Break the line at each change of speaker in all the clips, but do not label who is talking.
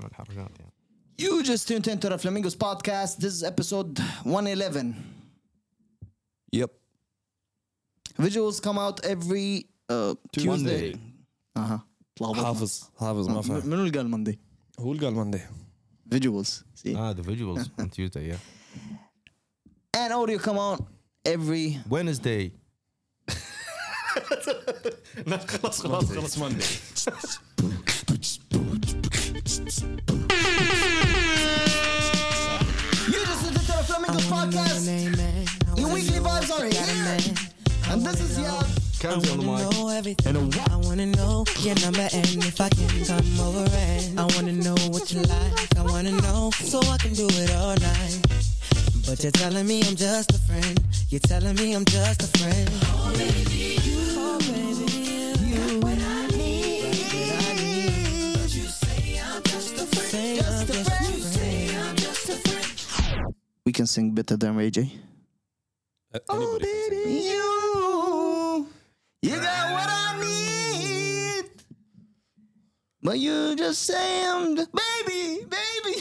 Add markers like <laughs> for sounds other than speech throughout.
forgot. Yeah.
You just tuned into the Flamingos podcast. This is episode 111.
Yep.
Visuals come out every uh, Tuesday. Uh-huh.
Monday.
اها تلخبطنا.
حافظ حافظ ما
م-
فاهم
منو اللي قال ماندي؟
هو اللي قال ماندي
Visuals. See?
Ah, the visuals on Tuesday. Yeah.
and audio come out every
Wednesday. لا خلاص خلاص خلاص
<laughs>
ماندي
You just listen to the Flamingos podcast. Your weekly vibes are here. And this is your
كانزي on the mic.
know everything. I wanna know your number and if I can come over and I wanna know what you like. I wanna know so I can do it all night. But you're telling me I'm just a friend. You're telling me I'm just a friend. Oh baby, you, oh baby, you, you what I need. What I need. But you say I'm just a friend. Say I'm just a friend. You say I'm just a friend.
We can sing better than Ray J.
Uh, Anybody can sing.
You, you got what I need. But you just say I'm the baby, baby.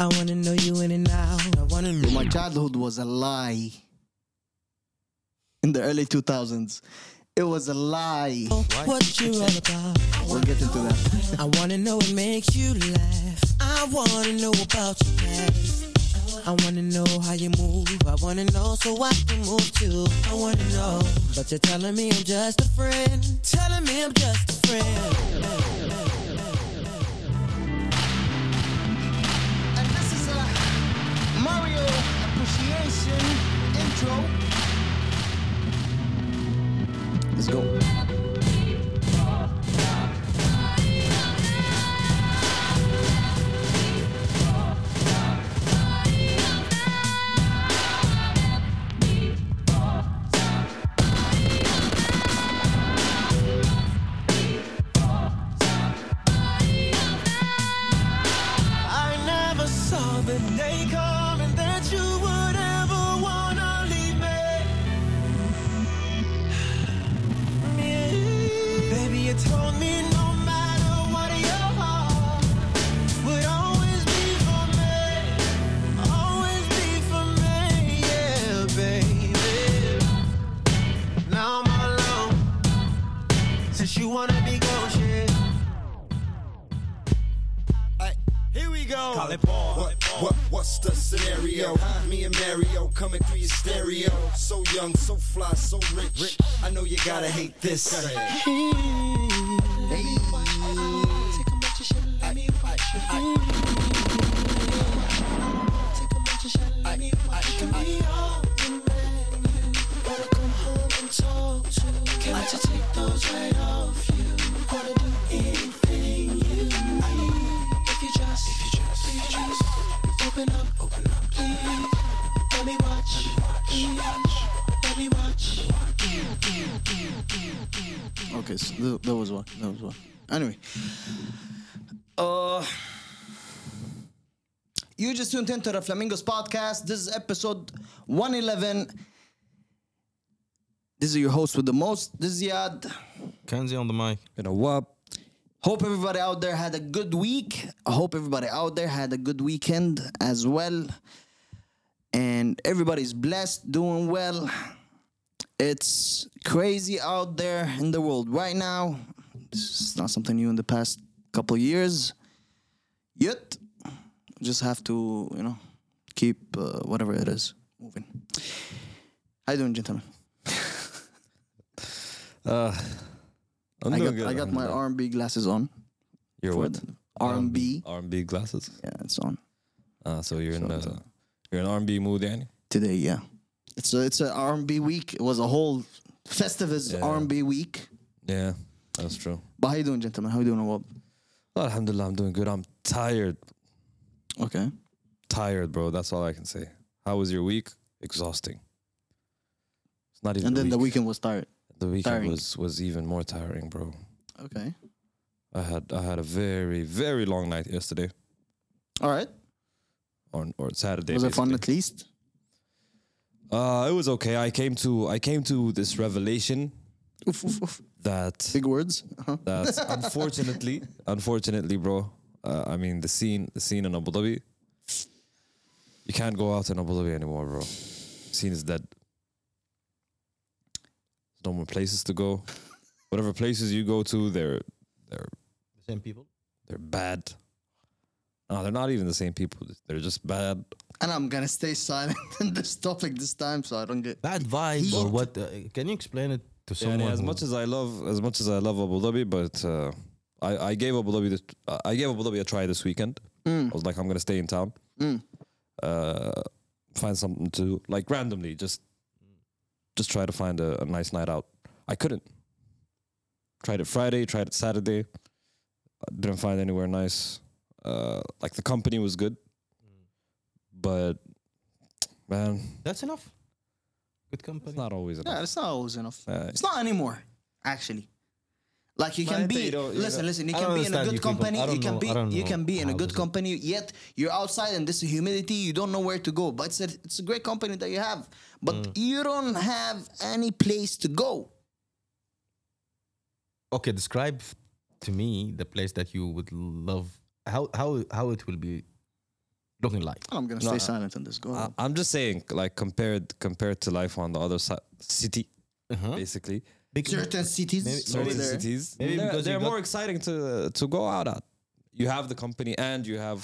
I wanna know you in and out. I wanna know.
My childhood was a lie. In the early 2000s, it was a lie.
What you all about?
We'll get into that.
I wanna know what makes you laugh. I wanna know about your past. I wanna know how you move. I wanna know so I can move too. I wanna know, but you're telling me I'm just a friend. Telling me I'm just a friend.
And this is a Mario appreciation intro. Let's go.
I never saw the day coming that you would ever wanna leave me. <sighs> Yeah. Baby, you told me no matter what your heart would always be for me, always be for me, yeah, baby. Now I'm all alone since you wanna be gone, shit. Here we go.
Call it ball. What, what, what's the scenario? Me and Mario coming through your stereo. So young, so fly, so rich. I know you gotta hate this.
Okay, so th- that was one. That was one. Anyway, uh, you just tuned into the Flamingos podcast. This is episode 111. This is your host with the most. This is Yad.
كانزي on the mic.
You know what?
Hope everybody out there had a good week. I hope everybody out there had a good weekend as well. And everybody's blessed, doing well. It's crazy out there in the world right now. It's not something new in the past couple years. Yet, just have to, you know, keep uh, whatever it is moving. How you doing, gentlemen?
Uh, I'm
I
doing
got,
good.
I got my
alhamdulillah.
R&B glasses on.
You're
for
what?
the R&B.
R&B glasses.
Yeah, it's on.
Ah, so you're in
So-
uh, you're in R&B mood, يعني.
today. Yeah, it's a, it's an R and B week. It was a whole festivus
Yeah.
R and B week.
Yeah, that's true.
But how you doing, gentlemen? How you doing, Awab?
Well, alhamdulillah, I'm doing good. I'm tired,
Okay.
tired, bro. That's all I can say. How was your week? Exhausting. It's not even.
And
a
then the weekend was tired.
The weekend
tiring.
was was even more tiring, bro.
Okay.
I had I had a very very long night yesterday.
All right.
on or Saturday.
Was it fun
basically.
at least?
Uh, it was okay. I came to I came to this revelation
Oof, oof, oof.
that
Big words. Uh-huh.
that unfortunately, unfortunately, bro. Uh, I mean, the scene, the scene in Abu Dhabi. You can't go out in Abu Dhabi anymore, bro. Scene is dead. No more places to go. Whatever places you go to, they're they're
Same people.
they're bad. No, they're not even the same people. They're just bad.
And I'm gonna stay silent <laughs> in this topic this time, so I don't get.
Bad vibes or
Heat.
what? uh, can you explain it to someone?
And as
who-
much as I love, as much as I love Abu Dhabi, but uh, I, I gave Abu Dhabi, the, I gave Abu Dhabi a try this weekend. I was like, I'm gonna stay in town, uh, find something to like randomly, just just try to find a, a nice night out. I couldn't. Tried it Friday, tried it Saturday, I didn't find anywhere nice. Uh, like the company was good,
Mm.
but man,
that's enough. Good
it's
company.
not always enough.
Yeah, it's not always enough.
Uh,
It's not anymore, actually. Like you can
But
be
they don't- you
listen,
know-
listen. You
I
can
don't
be in a
understand
good
you people.
company.
I don't
You can
know- I don't
be you
know
can be in a
how
good
does it-
company. Yet you're outside and this humidity. You don't know where to go. But it's a, it's a great company that you have. But you don't have any place to go.
okay describe f- to me the place that you would love how how how it will be looking like
I'm gonna stay silent on this. Go.
I, I'm just saying, like compared compared to life on the other side, city,
Uh-huh.
basically.
certain cities.
Maybe-
over
maybe
Certain
there.
cities,
Maybe
they're,
because you
they're
got-
more exciting to to go out at. You have the company, and you have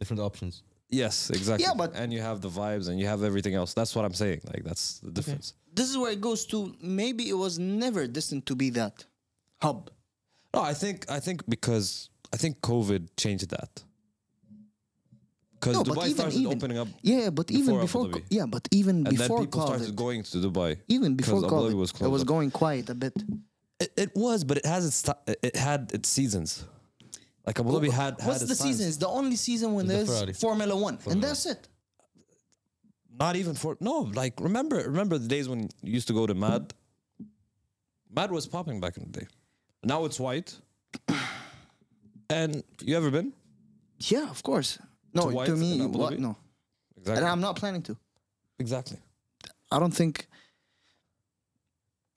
different options
yes, exactly.
Yeah, but-
and you have the vibes, and you have everything else. That's what I'm saying. Like that's the difference.
This is where it goes to. Maybe it was never destined to be that hub.
No, I think I think because I think COVID changed that. Because
No, but
Dubai
even
started
even
opening up,
yeah, but even
before Abu
before,
Dhabi.
co- yeah, but even
and then
before
people
COVID,
started going to Dubai.
even before
'cause Abu Dhabi
COVID,
was
it
closed
was
up.
going quiet a bit.
It, it was, but it has its ti- it had its seasons. Like Abu Dhabi had, had
What's
its
the
times.
season? It's the only season when
The
there's
Ferrari.
Formula One, and that's it.
Not even for no. Like remember, remember the days when you used to go to Mad. Mad was popping back in the day. Now it's white. <coughs> and you ever been?
Yeah, of course. No,
To
to,
White and
me,
Abu
what?
Dhabi?
No,
Exactly.
and I'm not planning to.
exactly.
I don't think.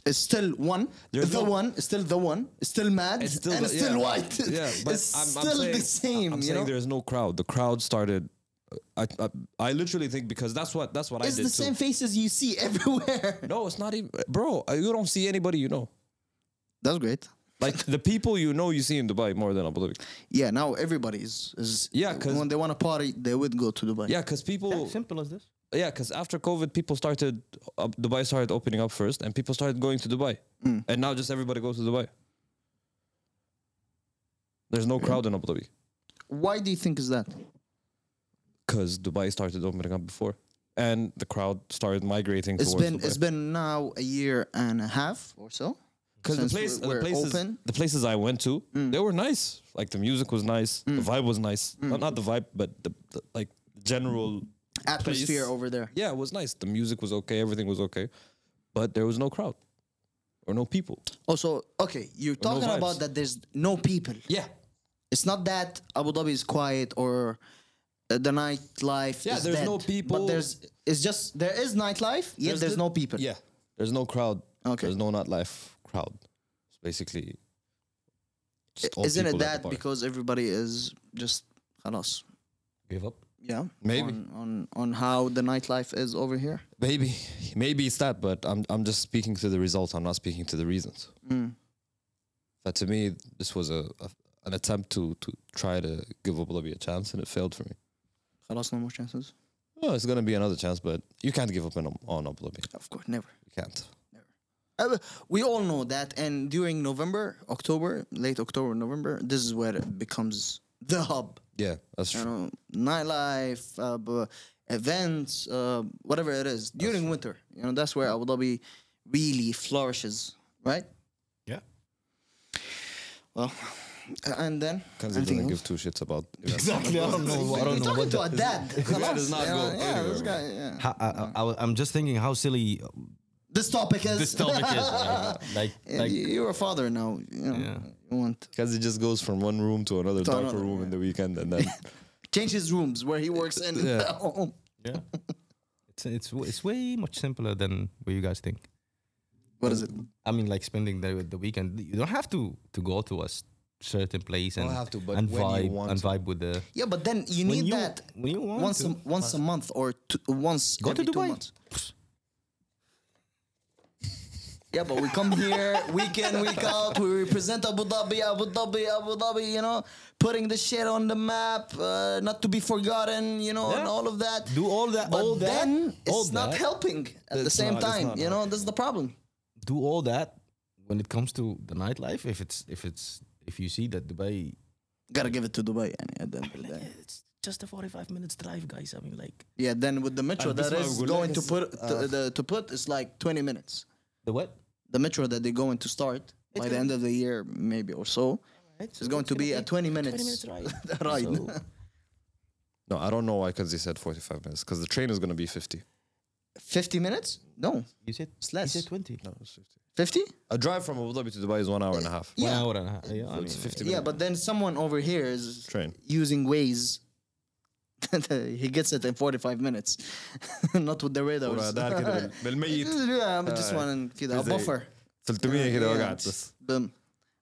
It's still one,
There's
the
no-
one, it's still the one, it's still mad,
It's still
and
the-
it's still
yeah.
white.
<laughs> Yeah, but
<laughs> it's
I'm, I'm
still
saying,
the same.
I'm
you
saying
know?
there's no crowd. The crowd started. uh, I, I I literally think because that's what that's what
It's
I did
the
too.
same faces you see <laughs> everywhere.
No, it's not even, bro. uh, You don't see anybody you know.
That's great.
Like <laughs> the people you know, you see in Dubai more than Abu Dhabi.
Yeah, now everybody is, is
Yeah, 'cause-
when they want to party, they would go to Dubai.
Yeah, because people.
simple as this
Yeah, because after COVID, people started uh, Dubai started opening up first, and people started going to Dubai,
Mm.
and now just everybody goes to Dubai. There's no crowd in Abu Dhabi
Why do you think is that?
because Dubai started opening up before, and the crowd started migrating
It's
towards
been
Dubai.
it's been now a year and a half or so.
because the
since
place,
we're-
the
we're
places,
open. Mm.
the places I went to, they were nice. Like the music was nice, the vibe was nice. Not, not the vibe, but the, the like general
Atmosphere
place.
over there.
Yeah, it was nice. The music was okay, everything was okay, but there was no crowd or no people.
Also, okay, you're
no
talking
vibes.
about that there's no people.
Yeah,
It's not that Abu Dhabi is quiet or uh, the nightlife.
Yeah,
is
there's
dead,
no people.
But there's it's just there is nightlife, yet there's,
the-
no people.
Yeah. There's no crowd.
Okay.
There's no nightlife crowd. It's basically. just all
Isn't it
people at the
that
bar.
because everybody is just خلاص,
give <laughs> up
yeah?
Maybe.
on, on on how the nightlife is over here.
maybe maybe it's that, but I'm I'm just speaking to the results. I'm not speaking to the reasons.
Hmm.
That to me, this was a, a an attempt to to try to give Abu Dhabi a chance, and it failed for me.
خلاص, no more chances.
Oh, it's gonna be another chance, but you can't give up on, on Abu Dhabi.
Of course, never.
You can't.
Uh, we all know that and during november october late october november this is where it becomes the hub
Yeah, that's
you
true.
know nightlife uh, b- events uh, whatever it is during winter you know that's where abu dhabi really flourishes right
yeah
well and then
Kanzi
anything else?
doesn't give two shits about.
exactly i don't know i
You're
don't know
talking
what
to
the, <laughs>
a dad
does not
You know,
go
yeah, this,
anywhere,
guy, yeah.
how, I, I, I, i'm just thinking how silly
this topic is
this
<laughs>
topic is uh, <laughs> like like
You- you're a father now you know
Yeah.
you want
Kanzi just goes from one room to another
To
darker
another,
<laughs>
room in the weekend, and then
Change his rooms where he works in.
Yeah.
<laughs> home.
Yeah. <laughs> It's, it's w- it's way much simpler than what you guys think.
What is it?
I mean, like spending the the weekend. You don't have to to go to a s- certain place and
don't have to, but
and
when you
vibe
want
and
to.
vibe with the
Yeah, but then you
When
need
you-
that
when you want
once
to.
a, once a month or two, once
go to
every two
Dubai.
months. Yeah, but we come here week in, week out. We represent Abu Dhabi, Abu Dhabi, Abu Dhabi. You know, putting the shit on the map, uh, not to be forgotten. You know, and
Yeah.
all of that.
Do all that-
But
all that,
then
all
it's not
that.
helping at the same
not- it's
time.
not
You know, this is the problem.
do all that when it comes to the nightlife. If it's if it's if you see that Dubai,
Gotta give it to Dubai. يعني, at the end of the day.
it's just a forty-five minutes drive, guys. I mean, like
Yeah, then with the metro
this
that is
is why we go
going
like
to
this,
put to, the, to put is like twenty minutes.
the what?
The metro that they're going to start by the end of the year, maybe or so, is going to be a twenty minutes <laughs> ride.
No, I don't know why because they said 45 minutes because the train is going to be 50.
Fifty minutes? No,
You said
It's less.
You said twenty.
No, it's 50.
fifty?
A drive from Abu Dhabi to Dubai is one hour and a half.
One
Yeah.
hour and a half. Yeah, I mean,
It's 50
Yeah,
minutes.
but then someone over here is
Train.
using Waze. <laughs> he gets it in 45 minutes. <laughs> Not with the
ورا
radars.
دار
<laughs>
<laughs>
كده بال- بالميت
yeah, but just
آه.
one كده a
زي-
buffer.
300 كده
Yeah,
وقعت
it's-
بس
boom.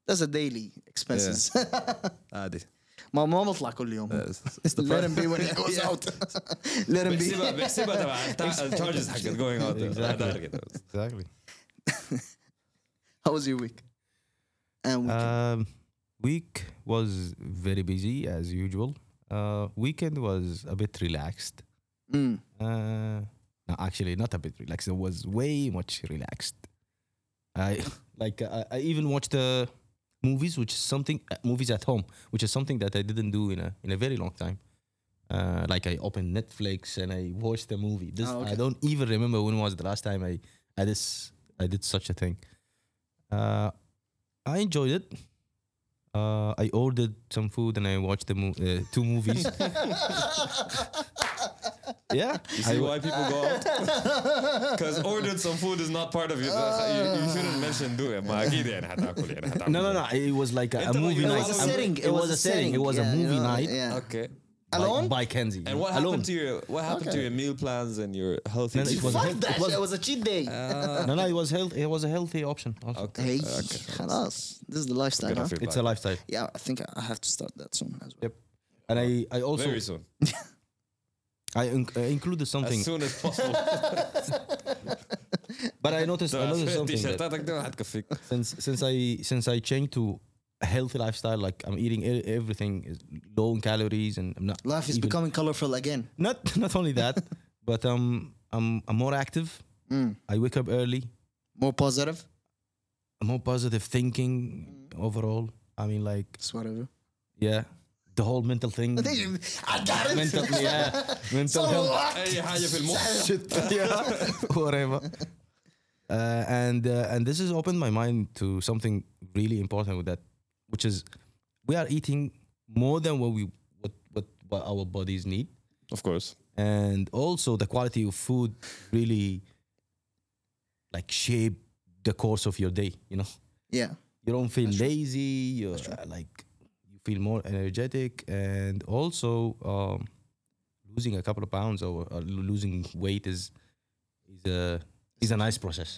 That's a daily expenses. <laughs>
عادي
ما ما بطلع كل
<laughs>
يوم. Let him be when he
<laughs>
goes out. Let him
بيحسبها
be.
بيحسبها تبع التشارجز حقت جوينج
<laughs>
اوت دار كده بس.
exactly.
<laughs> How was your week? And weekend.
Um, week was very busy as usual. Uh, weekend was a bit relaxed.
Mm.
Uh, no, actually, not a bit relaxed. It was way much relaxed. I <laughs> like I, I even watched uh, movies, which is something uh, movies at home, which is something that I didn't do in a in a very long time. Uh, like I opened Netflix and I watched a movie. This
Oh, okay.
I don't even remember when was the last time I I this I did such a thing. Uh, I enjoyed it. Uh, I ordered some food and I watched the mo- uh, two movies. <laughs> yeah,
You see why people go
<laughs>
out? Because ordered some food is not part of your. you, you shouldn't mention do it. ما أكيد يعني حتاكل يعني حتاكل.
No, no, no. It was like a, a
It
movie
was
night.
a
I'm-
setting.
It was a setting. It was
Yeah,
a
you
movie
know,
night.
Yeah.
Okay.
by-
Alone?
by Kenzie.
And what
Alone.
happened to your what happened to your meal plans and your healthy?
No, no, it
eating?
was-
Fuck that.
It was- Uh,
shit, It was a cheat day.
No, no. It was health. It was a healthy option. also.
okay.
Hey,
okay.
خلاص. This is the lifestyle, huh?
Enough feedback.
It's a lifestyle.
Yeah, I think I have to start that soon as well.
Yep. And I, I also
Very soon,
I inc- uh, included something,
as soon <laughs> as possible.
but I noticed
<laughs> er
I noticed something that
تيشيرتاتك دي هتكفيك.
since since I since I changed to a healthy lifestyle, like I'm eating e- everything is low in calories and I'm not
Life is
even-
becoming colorful again.
not <laughs> not only that, but um I'm I'm more active. I wake up early.
More positive.
I'm more positive thinking overall. I mean, like
It's whatever.
Yeah. The whole mental thing.
I got it.
<laughs> mental,
<laughs>
yeah. Mental health. <laughs>
أي حاجة في المخ.
yeah. Whatever. Uh, and uh, and this has opened my mind to something really important with that, which is we are eating more than what we what what, what our bodies need,
Of course.
and also the quality of food really like shape the course of your day. You know,
Yeah.
you don't feel lazy. You're uh, like you feel more energetic, and also um, losing a couple of pounds or, or losing weight is is a is a nice process.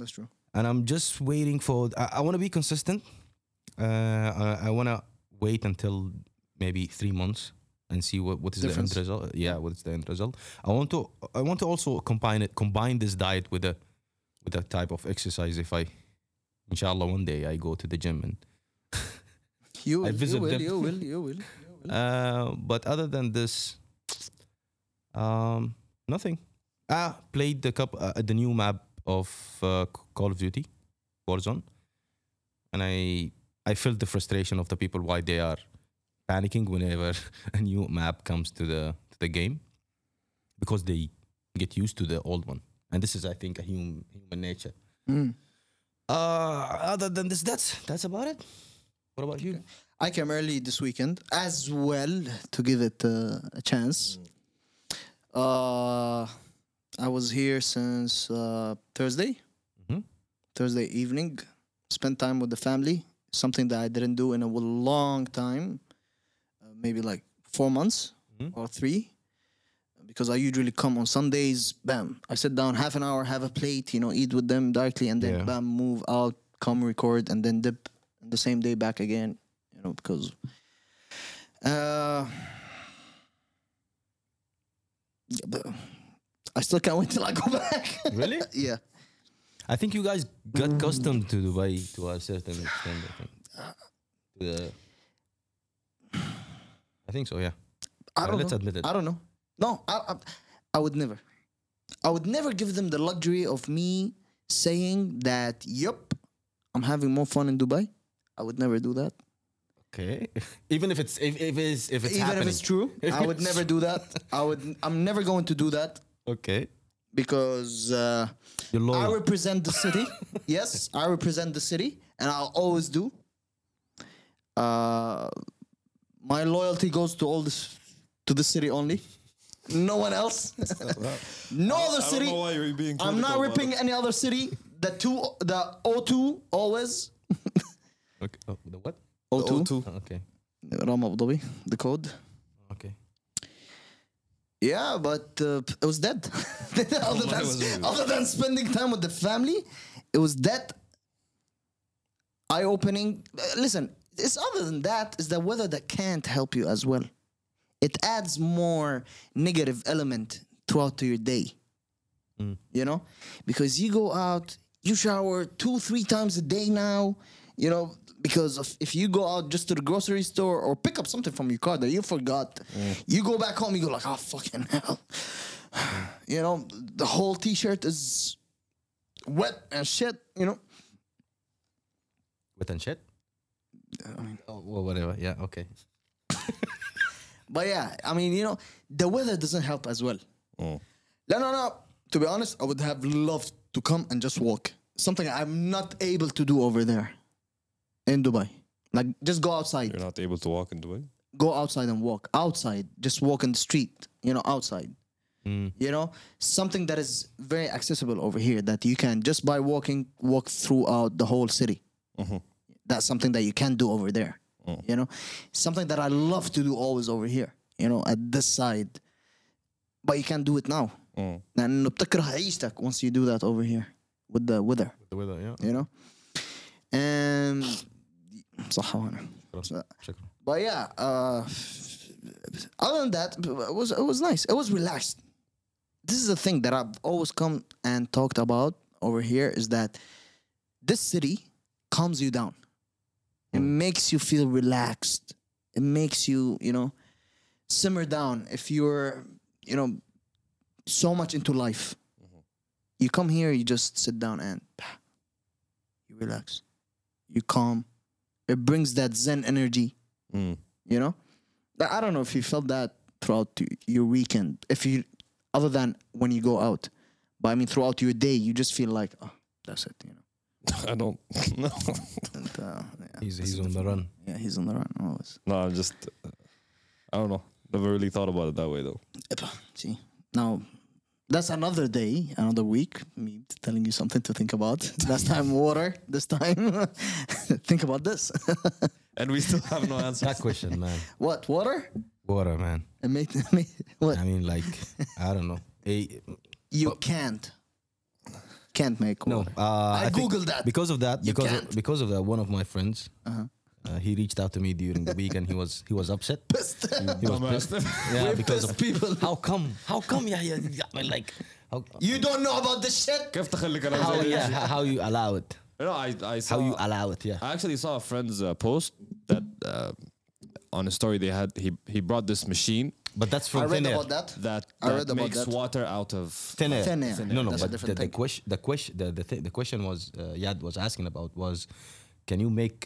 That's true.
And I'm just waiting for. I, I want to be consistent. Uh, I, I want to wait until maybe three months and see what, what is
Difference.
the end result. Yeah, what is the end result? I want to. I want to also combine it. Combine this diet with a with a type of exercise. If I, inshallah, one day I go to the gym and
You will,
I
you
visit
will,
them.
you will, you will.
Uh, but other than this, um, nothing. I played the cup, uh, the new map of uh, C- Call of Duty, Warzone, and I I felt the frustration of the people why they are panicking whenever <laughs> a new map comes to the to the game because they get used to the old one, and this is I think a human human nature. Uh, other than this, that's that's about it. What about you?
I came early this weekend as well to give it uh, a chance. Uh, I was here since uh, Thursday,
Mhm.
Thursday evening. Spent time with the family, something that I didn't do in a long time, uh, maybe like four months or three because I usually come on Sundays. Bam, I sit down half an hour, have a plate, you know, eat with them directly, and then
Yeah.
bam, move out, come record, and then dip the same day back again. You know, because uh, yeah, but I still can't wait till I go <laughs> back.
Really?
yeah.
I think you guys got accustomed to Dubai to a certain extent. I think. To the- I think so. Yeah.
I
Well,
don't
let's
know.
admit it.
I don't know. No, I, I, I would never. I would never give them the luxury of me saying that, yep, I'm having more fun in Dubai. I would never do that.
Okay. <laughs> Even if it's if, if it's if it's
Even
happening.
if it's true, I would never do that. I would. I'm never going to do that
Okay.
because uh,
You're
I
loyal.
represent the
<laughs>
city. yes, I represent the city, and I'll always do. Uh, my loyalty goes to all this, to the city only. No one
<laughs>
else. <laughs> no other
I don't
city.
know why you're being.
I'm not
critical about
ripping
it.
any other city. The two, the O2 always.
okay. Oh, the what? Oh,
O two.
Okay.
Ram Abu Dhabi, the code.
Okay.
Yeah, but uh, it was dead. <laughs> other, than,
was-
other than spending time with the family, it was that eye opening. listen, it's other than that, it's the weather that can't help you as well. It adds more negative element throughout to your day. You know? Because you go out, you shower two, three times a day now, you know, because of, if you go out just to the grocery store or pick up something from your car that you forgot, you go back home, you go like, oh, fucking hell. <sighs> you know, the whole t shirt is wet and shit, you know?
Wet and shit. oh, well, whatever. Yeah. Okay.
But yeah, I mean, you know, the weather doesn't help as well.
Mm.
No, no, no. To be honest, I would have loved to come and just walk. Something I'm not able to do over there in Dubai. Like, just go outside.
You're not able to walk in Dubai.
Go outside and walk. Outside. Just walk in the street, you know, outside. You know, something that is very accessible over here that you can just by walking, walk throughout the whole city.
Mm-hmm.
That's something that you can do over there. You know, something that I love to do always over here, you know, at this side. But you can't do it now.
Mm.
لانه بتكره عيشتك once you do that over here with the weather
The weather. Yeah.
you know and صح وانا
Shukran. Shukran.
but yeah uh, other than that it was it was nice it was relaxed this is the thing that I've always come and talked about over here is that this city calms you down it makes you feel relaxed it makes you you know simmer down if you're you know so much into life you come here you just sit down and you relax you calm it brings that zen energy
Mm.
you know Like, i don't know if you felt that throughout y- your weekend if you other than when you go out but i mean throughout your day you just feel like oh that's it
<laughs>
you know
I don't. <laughs> No.
and, uh, yeah,
He's
that's
he's
it.
on the run.
yeah he's on the run always
no, I'm just. I don't know. Never really thought about it that way though.
Epa, see now that's another day another week me telling you something to think
<laughs>
about last time water this time <laughs> think about this <laughs>
And we still have no <laughs> answer.
That question, <laughs> man.
what water
Water, man.
it made, <laughs> it made what
I mean, like, I don't <laughs> know. Eh,
you can't can't make
no,
water.
uh, I, think
googled that.
because of that.
You
Because
can't. Uh-huh.
of, because of that, one of my friends, uh he reached out to me during the week, and he was he was upset.
Pissed.
He was pissed. Yeah, because
pissed
of
people.
How come? How come? Yeah, yeah, yeah. I mean, like, how,
you don't know about this shit
كيف تخليك انا
how,
زي-
yeah, how you allow it?
No, I, I saw
How
Uh,
you allow it? Yeah.
I actually saw a friend's uh, post that uh, on a story they had he he brought this machine
But that's
I
from
read
thin air.
about that.
that,
I read
that
about
makes
that.
water out of
Thin air.
Thin air.
No, no. but
That's a
the,
different
the
thing.
question, the question, the the, th- the question was uh, Yad was asking about was, can you make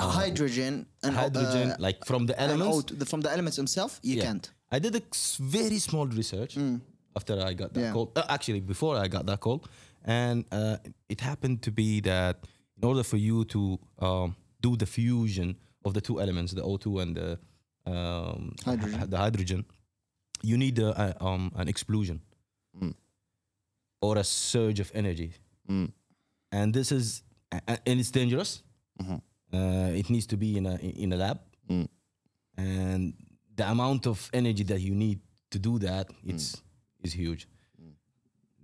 hydrogen and
uh, hydrogen
uh,
like from the
and
elements?
O2 the- from the elements themselves. You
Yeah.
can't.
I did a s- very small research after I got that
Yeah.
call. Uh, actually, before I got that call, and uh, it happened to be that in order for you to um, do the fusion of the two elements, the O2 and the um,
Hydrogen.
hy- the hydrogen, you need a, a, um, an explosion
Hmm.
or a surge of energy,
mm,
and this is a- a- and it's
Mm-hmm. Mm.
dangerous. Uh, it needs to be in a in a lab and the amount of energy that you need to do that
Mm.
it's is huge.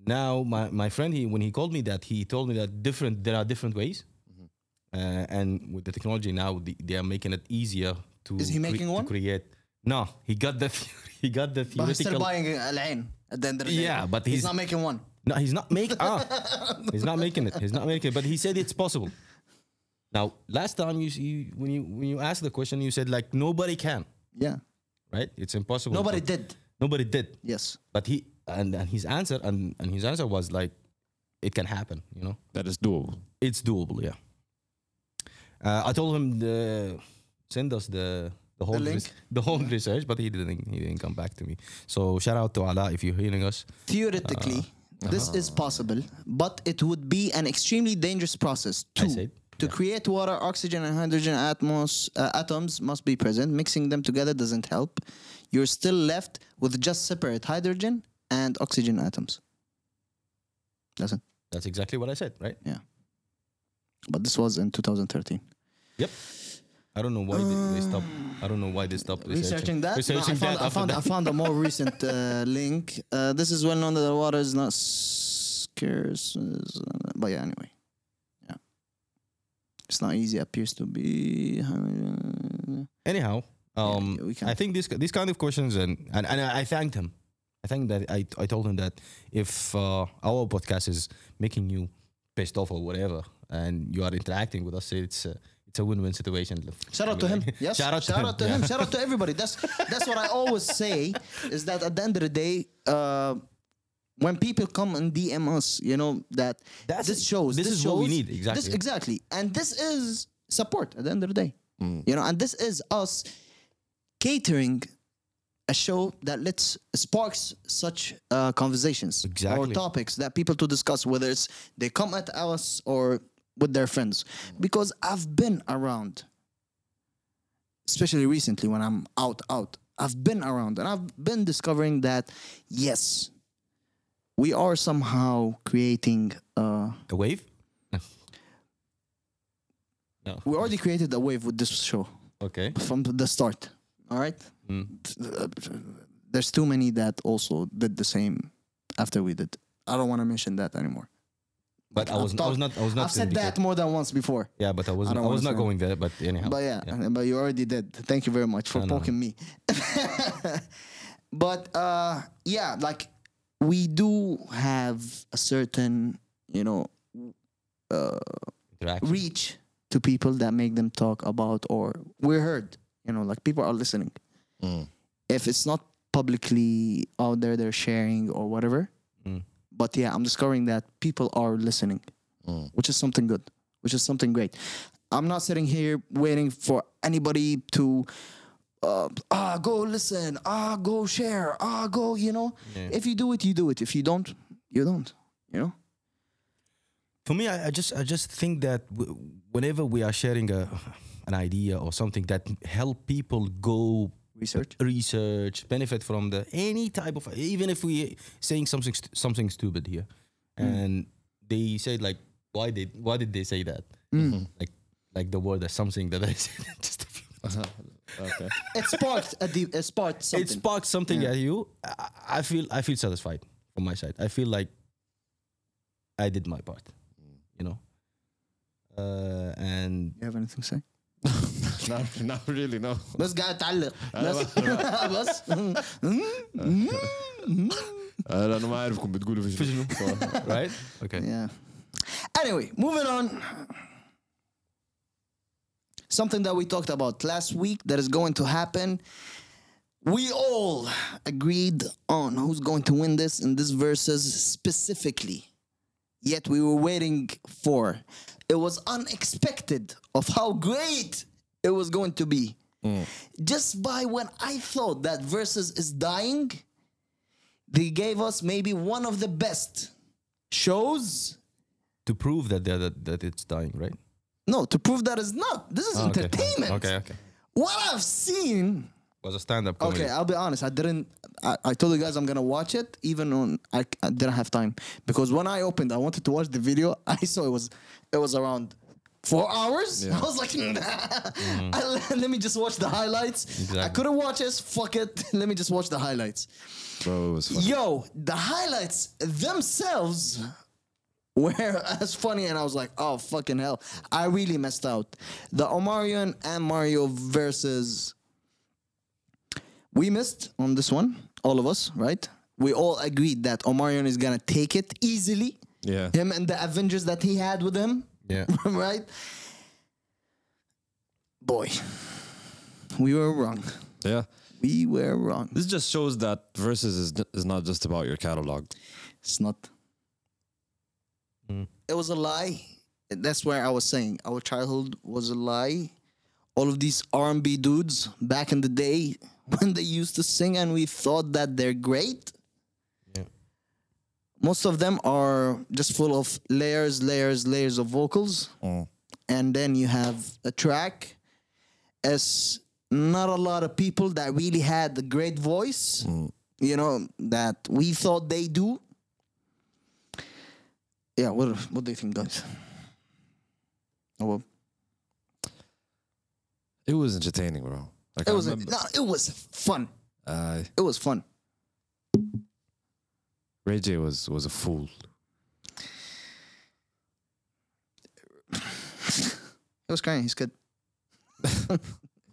Now, my, my friend, he when he called me that, he told me that different there are different ways,
Mm-hmm.
uh, and with the technology now, the, they are making it easier to.
Is he
cre-
making
to
one?
create? No, he got the <laughs> he got the
But he's still
theoretical-
buying Al Ain at the end of the day.
Yeah, but
he's,
he's-
not making one.
No, he's not making. Ah, he's not making it. He's not making it. But he said it's possible. Now, last time you, you when you when you asked the question, you said like nobody can,
Yeah.
right? It's impossible.
Nobody
But
did.
Nobody did.
Yes.
But he and, and his answer and, and his answer was like, it can happen. You know,
That is doable.
it's doable. Yeah. Uh, I told him the send us the the whole
link?
res- the whole research, but he didn't he didn't come back to me. So shout out to Allah if you're hearing us.
Theoretically,
Uh,
this
uh-huh.
is possible, but it would be an extremely dangerous process. Two,
said,
to create water, oxygen, and hydrogen atmos, uh, atoms must be present. Mixing them together doesn't help. You're still left with just separate hydrogen and oxygen atoms. That's it.
That's exactly what I said, right?
Yeah. But this was in 2013.
Yep. I don't know why they, they stopped. I don't know why they stopped
Uh, researching that. No,
Researching
I found,
that.
I,
after
found
that.
I found a more recent
<laughs>
uh, link. Uh, this is well known that the water is not scarce, is- uh, but yeah, anyway, yeah, it's not easy. Appears to be.
Anyhow, um,
yeah, we can-
I think this these kind of questions and and, and I, I thanked him. I think that I, I told him that if uh, our podcast is making you pissed off or whatever, and you are interacting with us, it's a, it's a win-win situation.
Shout out to him.
<laughs>
Yes.
Shout out to him.
to
yeah.
him. Shout out to everybody. That's that's what I always say is that at the end of the day, uh, when people come and DM us, you know that
That's-
this shows.
this is what we
shows-
need,
this-
exactly.
exactly, and this is support at the end of the day.
Mm.
You know, and this is us catering a show that lets sparks such uh, conversations or
Exactly.
topics that people to discuss whether it's they come at us or with their friends because i've been around especially recently when i'm out out i've been around and i've been discovering that yes we are somehow creating uh
A wave.
we already created a wave with this show
Okay. Mm.
from the start. All right. There's too many that also did the same after we did. I don't want to mention that anymore.
But I
I've
was I was
talked-
not I was not.
I've said
syndicated.
that more than once before.
Yeah, but I was
I
I,
don't
was
wanna
not
say.
going there. But anyhow.
But yeah, but you already did. Thank you very much for poking me. <laughs> but uh, yeah, like we do have a certain, you know,
Interaction.
reach to people that make them talk about or we're heard. You know, like people are listening. If it's not publicly out there, they're sharing or whatever. But yeah, I'm discovering that people are listening, which is something good, which is something great. I'm not sitting here waiting for anybody to uh, ah go listen, ah go share, ah go. You know, if you do it, you do it. If you don't, you don't. You know.
for me, I, I just I just think that w- whenever we are sharing a an idea or something that help people go
Research.
research, benefit from the any type of even if we saying something st- something stupid here, and they say like why did why did they say that like like the word or something that I <laughs> said just a few
It sparked a deep. It sparked
it
something.
sparked something at you. I, I feel I feel satisfied from my side. I feel like I did my part, you know. Uh, and
You have anything to say?
not, not really, <laughs> no.
بس قاعد تعلق بس <laughs> بس Mm-hmm.
انا أنا ما اعرفكم بتقولوا في شنو
<laughs> right, okay.
yeah anyway moving on something that we talked about last week that is going to happen we all agreed on who's going to win this in this versus specifically yet we were waiting for it was unexpected of how great it was going to be just by when i thought that versus is dying they gave us maybe one of the best shows
To prove that they're- that that it's dying, <laughs> right?
no to prove that it's not this is
Ah, Okay.
entertainment
Okay, okay.
what i've seen
Was a stand-up comedy.
okay i'll be honest i didn't I, I told you guys i'm gonna watch it even on I, I <laughs> didn't have time because when i opened i wanted to watch the video i saw it was it was around Four hours?
Yeah.
<laughs> I was like, nah. <laughs> I le- let me just watch the highlights. I
Mm-hmm. Exactly.
couldn't watch this. Fuck it. <laughs> let me just watch the highlights.
<laughs> Bro, it <laughs> was fun.
Yo, the highlights themselves <laughs> were as funny, and I was like, oh, fucking hell. I really messed out. The Omarion and Mario versus. We missed on this one, all of us, right? We all agreed that Omarion is gonna take it easily.
Yeah.
Him and the Avengers that he had with him, <laughs>
Yeah.
right? Boy, we were wrong.
Yeah.
We were wrong.
This just shows that versus is, is not just about your catalog.
It's not. It was a lie. That's where I was saying our childhood was a lie. All of these R&B dudes back in the day <laughs> when they used to sing and we thought that they're great.
Yeah.
Most of them are just full of layers, layers, layers of vocals.
Mm.
And then you have a track. It's not a lot of people that really had a great voice,
Mm.
you know, that we thought they do. Yeah, what what do you think, guys? Oh, well,
It was entertaining, bro. Like,
it
I
was
remember-
no, it was fun.
uh,
It was fun.
Ray J was was a fool.
It was crying. He's
<laughs>
good. it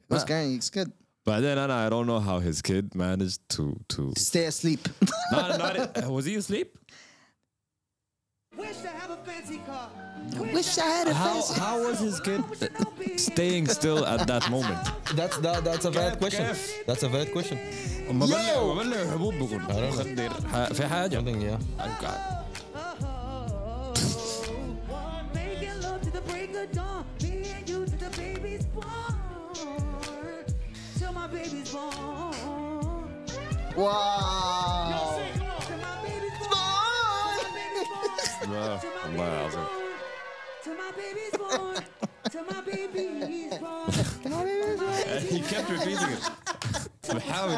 was crying. He's good.
But then and I don't know how his kid managed to <laughs> to.
Stay asleep.
no, not, Uh, was he asleep?
Wish I have a fancy car.
Wish I had a
How
fancy-
how was his kid uh, staying still at that moment?
<laughs> That's that, that's a valid question. That's a valid question.
في حاجة.
Something, yeah.
Making love to the break of dawn. Me and you to the baby's born. Till my baby's born.
Wow.
Till my baby's born.
Bro, والله العظيم.
Till my baby's born. Till my baby's born.
He kept repeating it. بحاول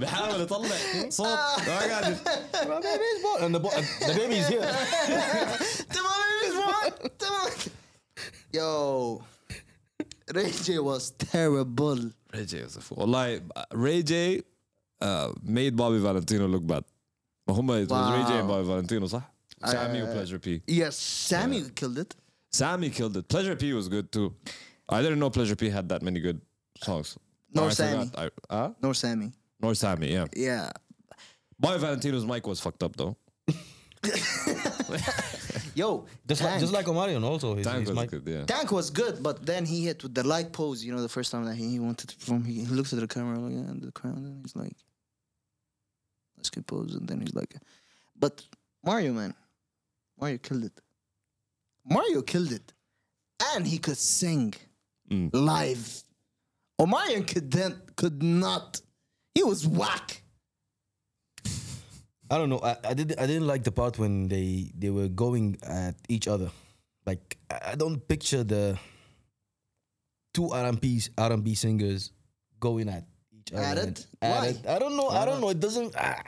بحاول يطلع صوت ما قاعد
Oh, And the, bo- <laughs> and the baby is here.
Yo, Ray J was terrible.
Ray J was a fool. والله Ray J uh, made Bobby Valentino look bad. ما هم it was Ray J and Bobby Valentino صح؟ Sammy و Pleasure P.
Yes, Sammy killed it.
Sammy killed it. Pleasure P was good too. I didn't know Pleasure P had that many good songs.
Nor
I
Sammy.
forgot. I, huh?
Nor Sammy.
Nor Sammy, yeah.
Yeah.
Bobby Valentino's mic was fucked up though.
Yo,
Just like, just like Omarion also. His,
Tank
his
was
mic-
good, yeah.
Tank was good, but then he hit with the light pose. You know, the first time that he, he wanted to perform, he, he looks at the camera like, and the crowd, and he's like, "Let's get pose." And then he's like, "But Mario, man, Mario killed it. Mario killed it, and he could sing
Mm.
live. Omarion could then could not. He was whack.
I don't know. I, I did I didn't like the part when they they were going at each other. Like I I don't picture the two R&B R&B singers going at each other.
At
and-
it?
At
Why?
it. I don't know. I don't know. It doesn't. ah.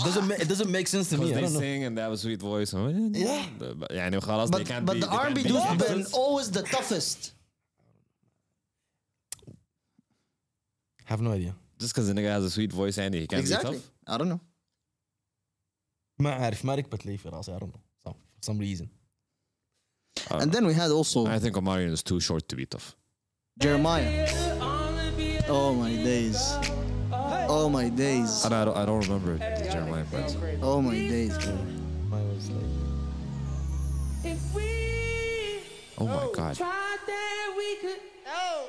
it doesn't. ma- It doesn't make sense to me. I
they
don't know.
sing and they have a sweet voice. Yeah. يعني خلاص they
But
can't
but
be.
the
they can't
R&B
be
dudes
actors.
been always the toughest.
have no idea.
Just because the nigga has a sweet voice and he can't be
Exactly.
tough.
I don't know.
ما عارف ما ركبت لي في راسي. I don't know. Some, for some reason.
Uh,
And then we had also
I think Omarion is too short to be tough.
Jeremiah. Oh my days. Oh my days.
And I don't, I don't remember Jeremiah Prince.
Oh my days.
Mine was like.
If we
Oh my god.
tried that, we could. Oh.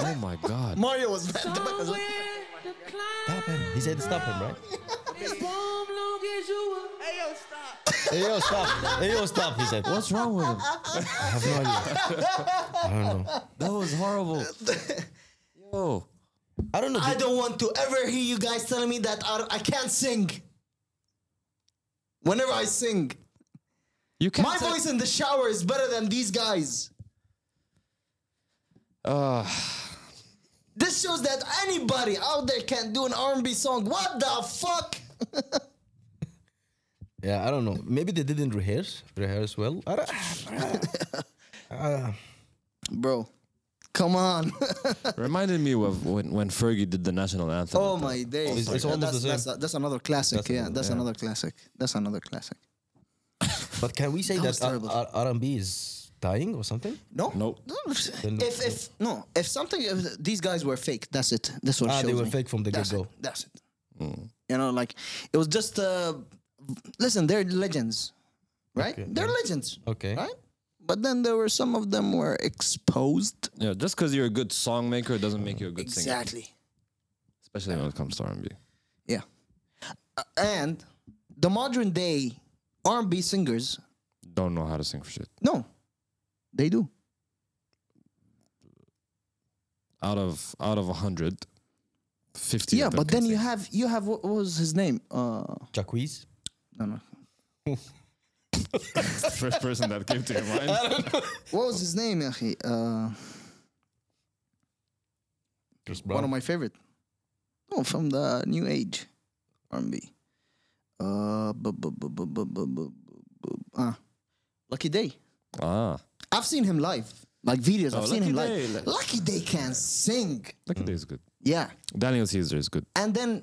Oh my
<laughs>
god.
Mario was bad.
Somewhere to
Stop
climb.
him. He said stop him,
<laughs>
right?
As long as you were. Hey, yo, stop.
hey yo, stop. Hey yo, stop. He said.
What's wrong with him?
I have no idea. I don't know.
That was
<laughs>
horrible. Yo.
I don't know.
I don't want to ever hear you guys telling me that I, I can't sing. Whenever I sing,
You can't.
my
say-
voice in the shower is better than these guys.
Ah.
This shows that anybody out there can do an R&B song. What the fuck?
Yeah, I don't know. Maybe they didn't rehearse, rehearse well. I don't,
bro. Come on. <laughs>
Reminded me of when, when Fergie did the national anthem.
oh my days.
It's- it's
Yeah,
almost the
that's,
same.
That's, that's another classic.
That's
yeah,
another-
that's
yeah.
another classic. That's another classic.
But can we say
That was
that, R
terrible.
R- and B is dying or something?
No,
Nope.
Then-
If if no, if something, if these guys were fake. That's it. That's what.
Ah, they
shows
were
me.
fake from the
That's it.
get-go.
That's it.
Mm.
You know, like it was just. Uh, listen, they're legends, right?
Okay,
They're legends,
Okay.
right? But then there were some of them were exposed.
Yeah, just because you're a good song maker doesn't make you a good singer.
Exactly.
Especially when it comes to R&B.
Yeah. Uh, and the modern day R&B singers,
Don't know how to sing for shit.
no, they do.
Out of out of 100, 50
yeah, but then you have you have what was his name? Uh,
Jacquees?
no, no.
have... <laughs> First person that came to
<laughs>
your mind.
What was his name, Yahi? Uh,
Chris
one of
Brown?
my favorite. Oh, from the new age R&B. Uh, bu- bu- bu- bu- bu- bu- bu- bu- ah, Lucky Day.
ah.
I've seen him live, like videos. I've seen
Oh, Lucky
him
Day,
live.
like-
Lucky Day can sing.
Look at this good.
Yeah,
Daniel Caesar is good.
and then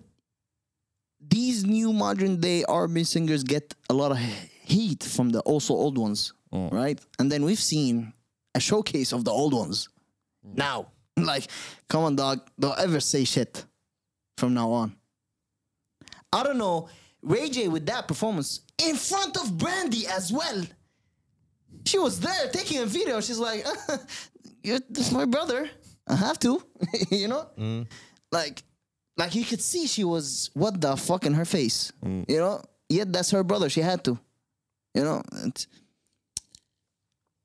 these new modern day R&B singers get a lot of heat from the also old ones,
Mm.
right? And then we've seen a showcase of the old ones.
Mm.
Now, <laughs> like, come on, dog, don't ever say shit from now on. I don't know. Ray J with that performance in front of Brandy as well. She was there taking a video. She's like, <laughs> "You're this is my brother. I have to," <laughs> you know. Like, like you could see she was what the fuck in her face, you know. Yet that's her brother. She had to, you know. And,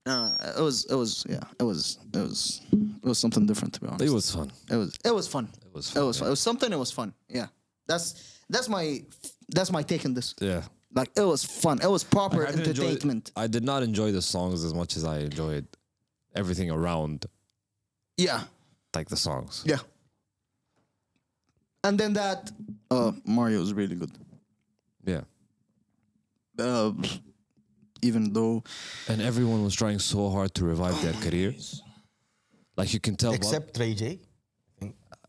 uh, it was, it was, yeah, it was, it was, it was something different to be honest.
It was fun.
It was it was fun. It
was
It
fun,
was fun. It was something. It was fun. Yeah. That's that's my that's my take on this.
Yeah.
Like it was fun. It was proper
I didn't enjoy-
entertainment.
I did not enjoy the songs as much as I enjoyed everything around,
Yeah.
like the songs.
Yeah. And then that uh Mario is really good.
Yeah.
Uh, even though
And everyone was trying so hard to revive their career. Like you can tell. Bob- <laughs>
Except Ray J.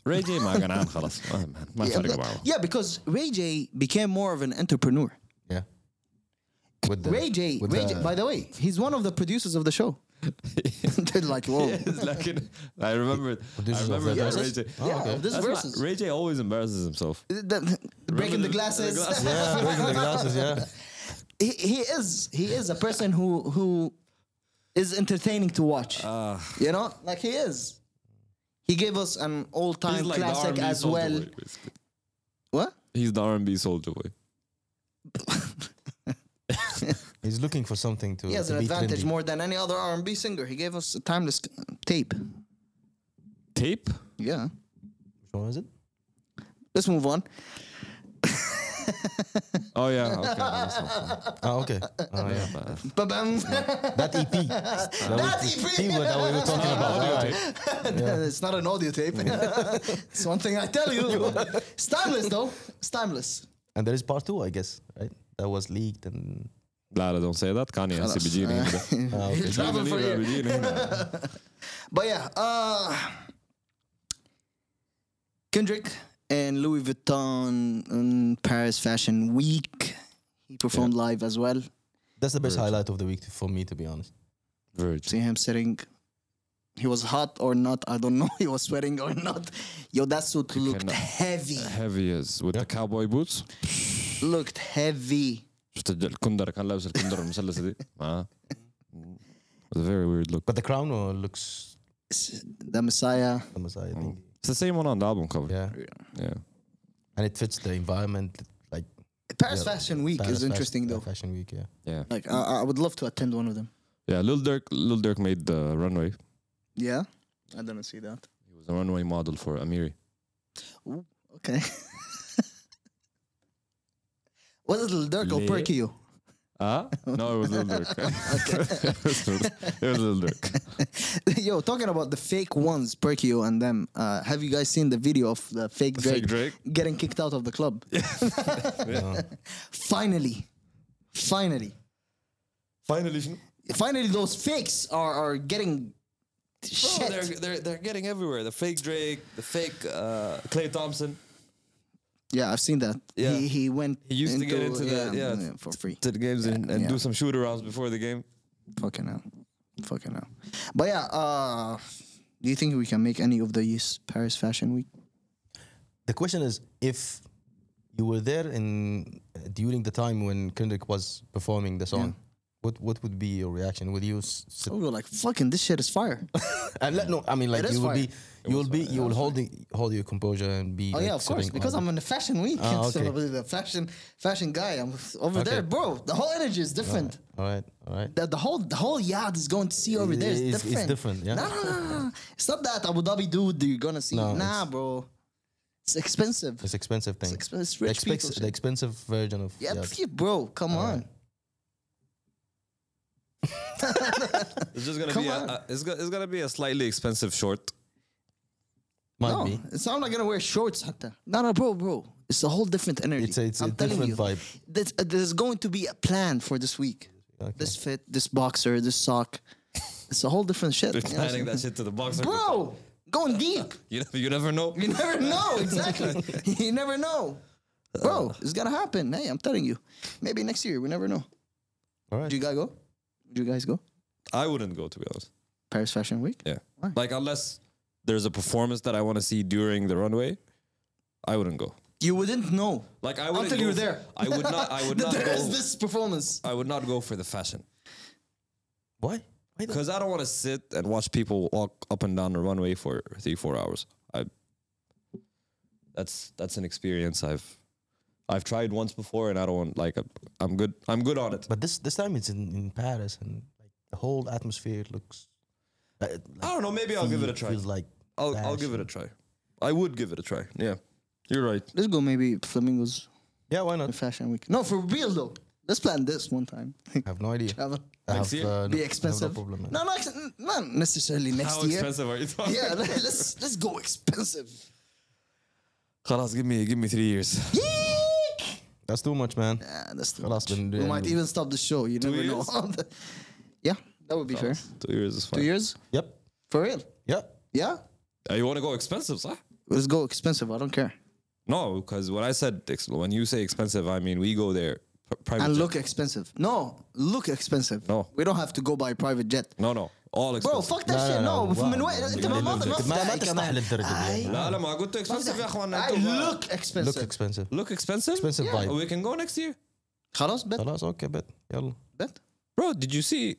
Ray J ما قنعان خلاص ما ما
yeah,
فرق
but-
معه
yeah, because Ray J became more of an entrepreneur.
Yeah. With the,
Ray J,
with
Ray J by the way, he's one of the producers of the show. <laughs> They're like, whoa.
It's <laughs> like in- I remember it. I
is
remember
a
that
verse.
Ray J.
Yeah,
Oh, okay.
of this
That's why
versus.
Ray J always embarrasses himself.
The- the- breaking the glasses.
Yeah, breaking
<laughs>
the glasses, yeah.
he, he is he is a person who who is entertaining to watch.
Ah.
you know, like he is. He gave us an all time classic as well. What?
He's the R&B soldier boy.
He's looking for something to,
He has
to
an
be
advantage
trendy.
more than any other R and B singer. He gave us a timeless uh, tape.
Tape?
Yeah.
Which one is it?
Let's move on.
Oh yeah. Okay. that's not <laughs>
Oh, okay. Oh, yeah.
bad.
Ba-bam.
That EP. that
<laughs> That
we-
EP.
thing that we were talking about. All right.
it's not an audio tape. <laughs> it's one thing I tell
<laughs>
you. it's timeless though. It's timeless.
And there is part two, I guess, right? That was leaked and
Lara, don't say that. Kanye and CBG. <laughs> هنا.
Travel for years.
CBG هنا. <laughs>
But yeah, uh, Kendrick and Louis Vuitton and Paris Fashion Week. He performed live as well.
that's the best highlight of the week for me, to be honest.
Verge.
See him sitting. He was hot or not, I don't know. <laughs> He was sweating or not. Yo, that suit looked
cannot-
heavy.
Heavy as with the cowboy boots.
Looked heavy.
شفت الج- الكندر كان لابس الكندر المثلثة دي <laughs> معاه. It was Ah. Mm. a very weird look.
But the crown uh, looks
S- The Messiah.
famous, I think.
It's the same one on the album cover.
Yeah.
Yeah.
And it fits the environment. Like
Paris Fashion Week
Paris
is interesting
fashion,
though.
Fashion Week, yeah.
Yeah.
Like I, I would love to attend one of them.
Yeah, Lil Durk, Lil Durk made the runway.
Yeah, I didn't see that.
He was a runway model for Amiri.
Okay. <laughs> Was it Lil Durk or
Lit.
Perky? You? <laughs>
Huh? <laughs> No, it was Lil <laughs> Durk. Ah? it was Lil Durk.
Yo, talking about the fake ones, Perkyo and them. Uh, have you guys seen the video of the fake Drake,
fake Drake?
getting kicked out of the
<laughs>
club? <laughs> Finally, finally.
Finally,
finally those fakes are are getting
Bro,
shit.
they're, they're, they're getting everywhere. The fake Drake, the fake uh, Clay Thompson.
yeah, I've seen that.
Yeah.
He he went.
He used to get into the- yeah,
for free.
To the games and, and
yeah.
do some shoot arounds before the game.
Fucking hell. Fucking hell. But yeah, uh, do you think we can make any of these Paris Fashion Week?
The question is, if you were there in during the time when Kendrick was performing the song, what what would be your reaction? Would you s- sit?
Oh, we were like, fucking, this shit is
<laughs>
fire.
And Uh, let, no, I mean, like
It is
you will
fire.
be, you will be, you will holding hold your composure and be.
Oh
like,
yeah, of course,
sitting
because
on-
I'm in the fashion week.
Ah,
<laughs> so
okay.
I'm the fashion fashion guy. I'm
Okay.
over
Ah.
there, bro. The whole energy is different.
All right, all right.
The, the whole the whole yacht is going to see over there is
It's- it's
different.
different, yeah.
Nah, nah, nah, nah. it's not that Abu Dhabi dude that you're gonna see.
No,
nah,
it's-
bro. It's expensive.
It's expensive thing.
expen- it's
The
rich
expex-
people
the
shit.
expensive version of
yeah,
yeah.
pff, bro. Come on.
It's just gonna
Come
be a,
on.
a- it's, go, it's gonna be a slightly expensive short.
might
No,
be.
it's not like gonna wear shorts, Hatta. No, no, bro, bro. It's a whole different energy.
It's a- it's a
telling
different vibe.
That's- uh, there's going to be a plan for this week.
Okay.
This fit, this boxer, this
<laughs>
sock. It's a whole different shit.
They're
you know what I'm
planning that shit to the boxer.
Bro, going deep.
You never, you never know.
You never know.
<laughs>
Exactly. you never know.
Uh.
Bro, it's gonna happen. Hey, I'm telling you. Maybe next year. We never know.
All right.
Do you guys go? Do you guys go?
I wouldn't go to be honest.
Paris Fashion Week?
Yeah. Like unless there's a performance that I want to see during the runway, I wouldn't go.
You wouldn't know.
Like I wouldn't
until
go
you're
for-
there.
I would not. I would
That <laughs>
not
there is
go.
this performance.
I would not go for the fashion
Why? Why the-
because I don't want to sit and watch people walk up and down the runway for three four hours. I. That's that's an experience I've. I've tried once before and I don't want like I'm- I'm good I'm good on it.
But this this time it's in, in Paris and like the whole atmosphere looks. uh, it,
I
like,
don't know maybe I'll give it a
feel-
try.
Feels like
I'll I'll give it a
fashion.
try. I would give it a try. Yeah. You're right.
Let's go maybe flamingos
Yeah, why
<laughs>
not?
fashion week. No, for real though. Let's plan this one time.
I have no idea.
Travel.
I
Next year?
no- I
Be
no
expensive. No,
problem.
no, ex- not necessarily next
How
year.
expensive are you talking?
Yeah, <laughs> let's let's go expensive.
Khalas, give me give me three years.
Yeek!
That's too much, man.
Yeah, Ah, that's too
Khalas,
much.
been
We
doing-
might even stop the show. You never know. <laughs> yeah, that would be fair.
Two years is fine.
Two years
Yep.
for real.
Yep.
Yeah,
Uh, you want to go expensive, sir?
let's go expensive. I don't care.
No, because when I said ex- when you say expensive, I mean we go there p- private.
And
jet.
look expensive. No, look expensive.
No.
we don't have to go by private jet.
no, no, all
Bro,
expensive.
fuck that shit. No, من وين انت ما ما
ما
ما
ما
تفتح
تستحل
كمان.
الدرجه دي يعني.
لا لا ما قلت expensive يا اخوان
I
أنتوا-
look expensive.
Look expensive.
look expensive.
Expensive
yeah.
vibe.
We can go next year,
خلاص bet
خلاص اوكي بت يلا
bet.
bro. Did you see?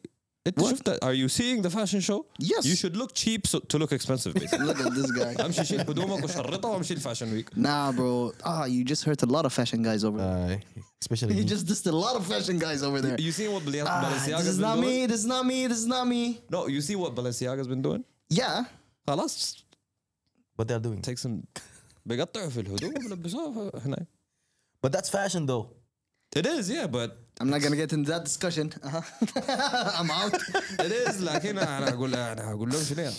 It,
What?
شفت- are you seeing the fashion show?
Yes.
You should look cheap so, to look expensive. Basically. <laughs>
Look at this guy.
امشي شيل هدومك وشرطها وامشي الفاشن ويك.
Nah, bro. Ah, you just hurt a lot of fashion guys
Uh,
over there. <laughs>
آي. Uh, especially
You
me.
just dissed a lot of fashion guys over there.
You see what Balenciaga
Ah, this is not me. This is not me. This is not me.
No, you see what Balenciaga's been doing?
Yeah.
خلاص just
what they're doing
take some <laughs> بيقطعوا في الهدوم وبيلبسوها هنا.
but that's fashion though
It is, yeah, but
I'm not gonna get into that discussion. Uh-huh. <laughs> I'm
<laughs>
out.
It is لكن انا هقول انا هقول لهم شنو يعني.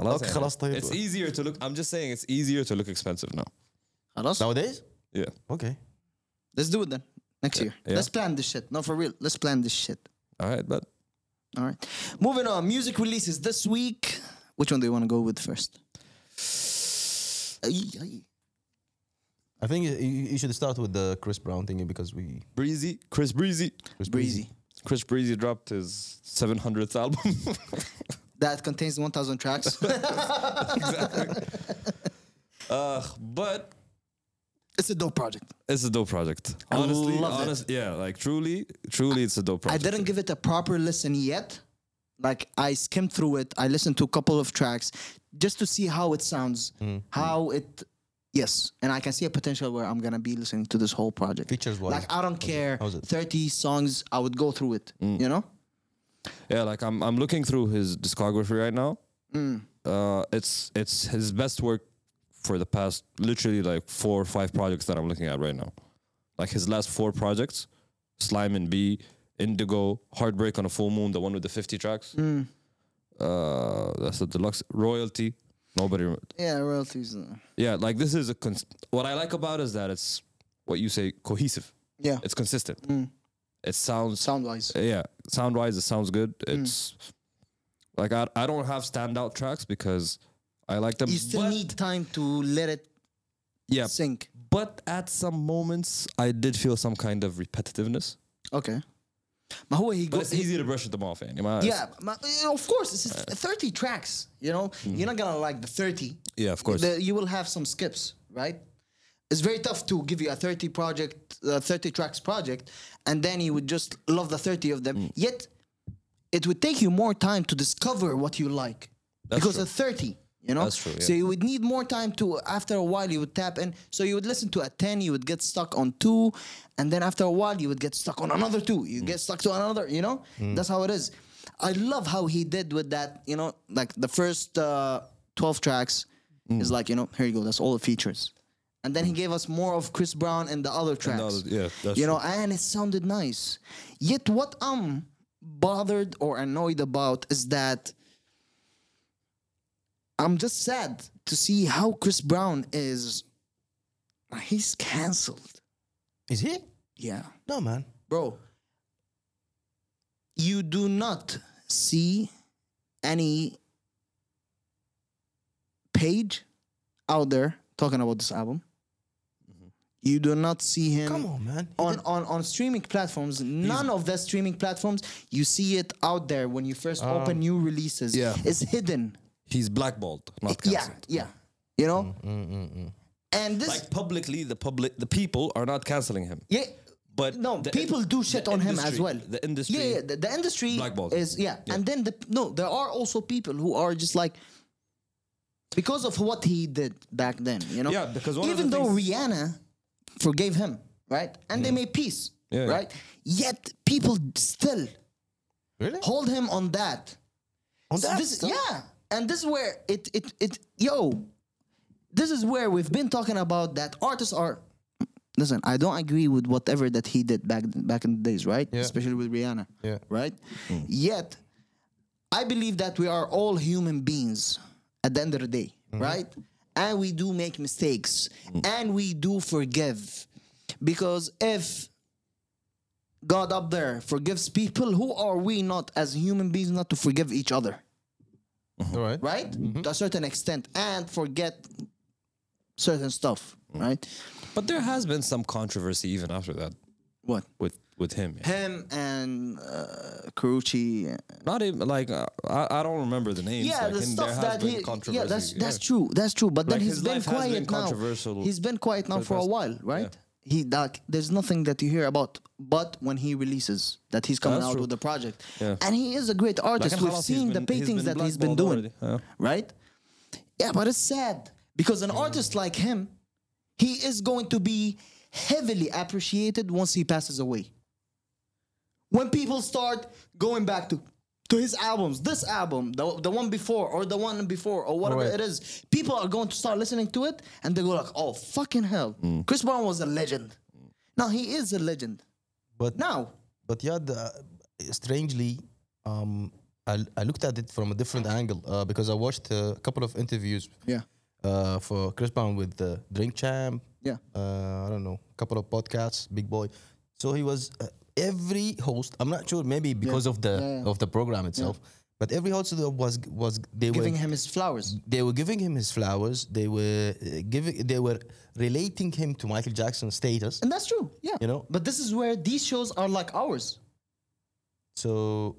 Okay, خلاص طيب.
It's easier to look I'm just saying it's easier to look expensive now.
خلاص.
nowadays
Yeah.
okay
Let's do it then next year.
Yeah.
Let's plan this shit. No, for real. Let's plan this shit.
All right, but
All right. Moving on. Music releases this week. Which one do you want to go with first? Ay, ay.
I think you, you you should start with the Chris Brown thing because we
Breezy, Chris Breezy.
Chris
Breezy.
Chris Breezy dropped his 700th album. <laughs>
That contains 1,000 tracks.
uh, but
it's a dope project.
it's a dope project. Honestly,
love it.
honest, yeah, like truly, truly it's a
I
dope project.
didn't give it a proper listen yet. Like I skimmed through it. I listened to a couple of tracks just to see how it sounds, how it. Yes, and I can see a potential where I'm gonna be listening to this whole project.
Features-wise,
like I don't care.
how's it?
Thirty songs, I would go through it. You know,
Yeah, like I'm I'm looking through his discography right now. Uh, it's it's his best work for the past literally like four or five projects that I'm looking at right now. Like his last four projects, Slime and B, Indigo, Heartbreak on a Full Moon, the one with the 50 tracks. Uh, that's the deluxe royalty. Nobody. rem-
yeah, royalties. uh,
Yeah, like this is a cons- what I like about is that it's what you say cohesive.
Yeah,
It's consistent. It sounds
sound wise.
yeah, sound wise, it sounds good.
Hmm.
It's like I, I don't have standout tracks because I like them.
You still
but-
need time to let it
yeah,
sink.
but at some moments I did feel some kind of repetitiveness.
Okay. ما هو he
But uh,
goes
it's easy to brush them off. يعني ما-
Yeah, ma- of course. It's just 30 tracks. You know, you're not gonna like the 30.
Yeah, of course.
The- you will have some skips, right? It's very tough to give you a 30 project, uh, 30 tracks project, and then you would just love the 30 of them.
Mm.
Yet, it would take you more time to discover what you like because
true.
of 30. You know,
That's true,
so
yeah.
you would need more time to. After a while, you would tap in. So you would listen to a 10, you would get stuck on two, and then after a while, you would get stuck on another two.
Mm.
You get stuck to another. You know, that's how it is. I love how he did with that. You know, like the first uh, 12 tracks
Mm.
is like you know here you go. That's all the features, and then he gave us more of Chris Brown and the other tracks.
other- yeah, that's
you know, and it sounded nice. Yet what I'm bothered or annoyed about is that I'm just sad to see how Chris Brown is. He's canceled.
Is he?
Yeah,
No, man.
bro. You do not see any page out there talking about this album. You do not see him
Come on, man. He
on,
did-
on on streaming platforms none of the streaming platforms you see it out there when you first open new releases
Yeah.
it's hidden
He's blackballed, not
yeah
cancelled.
yeah you know and this
Like publicly, the public, the people are not canceling him.
yeah
But
no
the-
people do shit
the
on him as
industry-
well
The industry.
yeah, yeah the, the industry
Blackballed
is
him.
yeah.
Yeah.
and then the no there are also people who are just like because of what he did back then you know
Yeah, because one of
even
the
though
things-
rihanna forgave him right and they made peace
Yeah, yeah.
right yet people still
Really?
hold him on that.
On that
This-
stuff?
yeah, and this is where it it it yo. This is where we've been talking about that artists are. Listen, I don't agree with whatever that he did back back in the days, right?
Yeah.
Especially with Rihanna,
Yeah. Mm.
right? Yet, I believe that we are all human beings at the end of the day,
Mm-hmm.
right? And we do make mistakes,
Mm.
and we do forgive, because if God up there forgives people. Who are we not as human beings not to forgive each other,
All right.
right? To a certain extent, and forget certain stuff, right?
But there has been some controversy even after that
What
with with him. yeah.
him and uh, Carucci?
Not even like uh, I, I don't remember the names.
Yeah,
like,
the
and there
stuff
has
that
been
he. Yeah,
controversy,
that's
yeah.
that's true. That's true. But then
Like,
he's
his
been
life has been
quiet now.
controversial
He's been quiet now
for the
for a
past-
while, right?
yeah.
He like there's nothing that you hear about, but when he releases that he's coming
that's
out
true.
with a project,
Yeah.
and he is a great
Like,
artist.
and
We've
خلاص, he's
seen the
been- he's
paintings
been
that he's been
blackballed
doing.
already, yeah.
right? Yeah, but it's sad because an artist like him, he is going to be heavily appreciated once he passes away. When people start going back to to his albums, this album, the, the one before or the one before or whatever
Alright.
it is, people are going to start listening to it and they go like, "Oh fucking hell, Chris Brown was a legend." Now he is a legend.
But
Now,
but yeah, the, strangely, um, I, I looked at it from a different angle uh, because I watched a couple of interviews
yeah,
uh, for Chris Brown with uh, Drink Champ.
Yeah.
Uh, I don't know, a couple of podcasts, Big Boy. So he was uh, every host. I'm not sure, maybe because of the
Yeah, yeah.
of the program itself. But every host was was they
giving
were
him his flowers.
they were giving him his flowers. They were uh, giving they were relating him to Michael Jackson's status.
And that's true. Yeah.
You know?
But this is where these shows are like ours.
So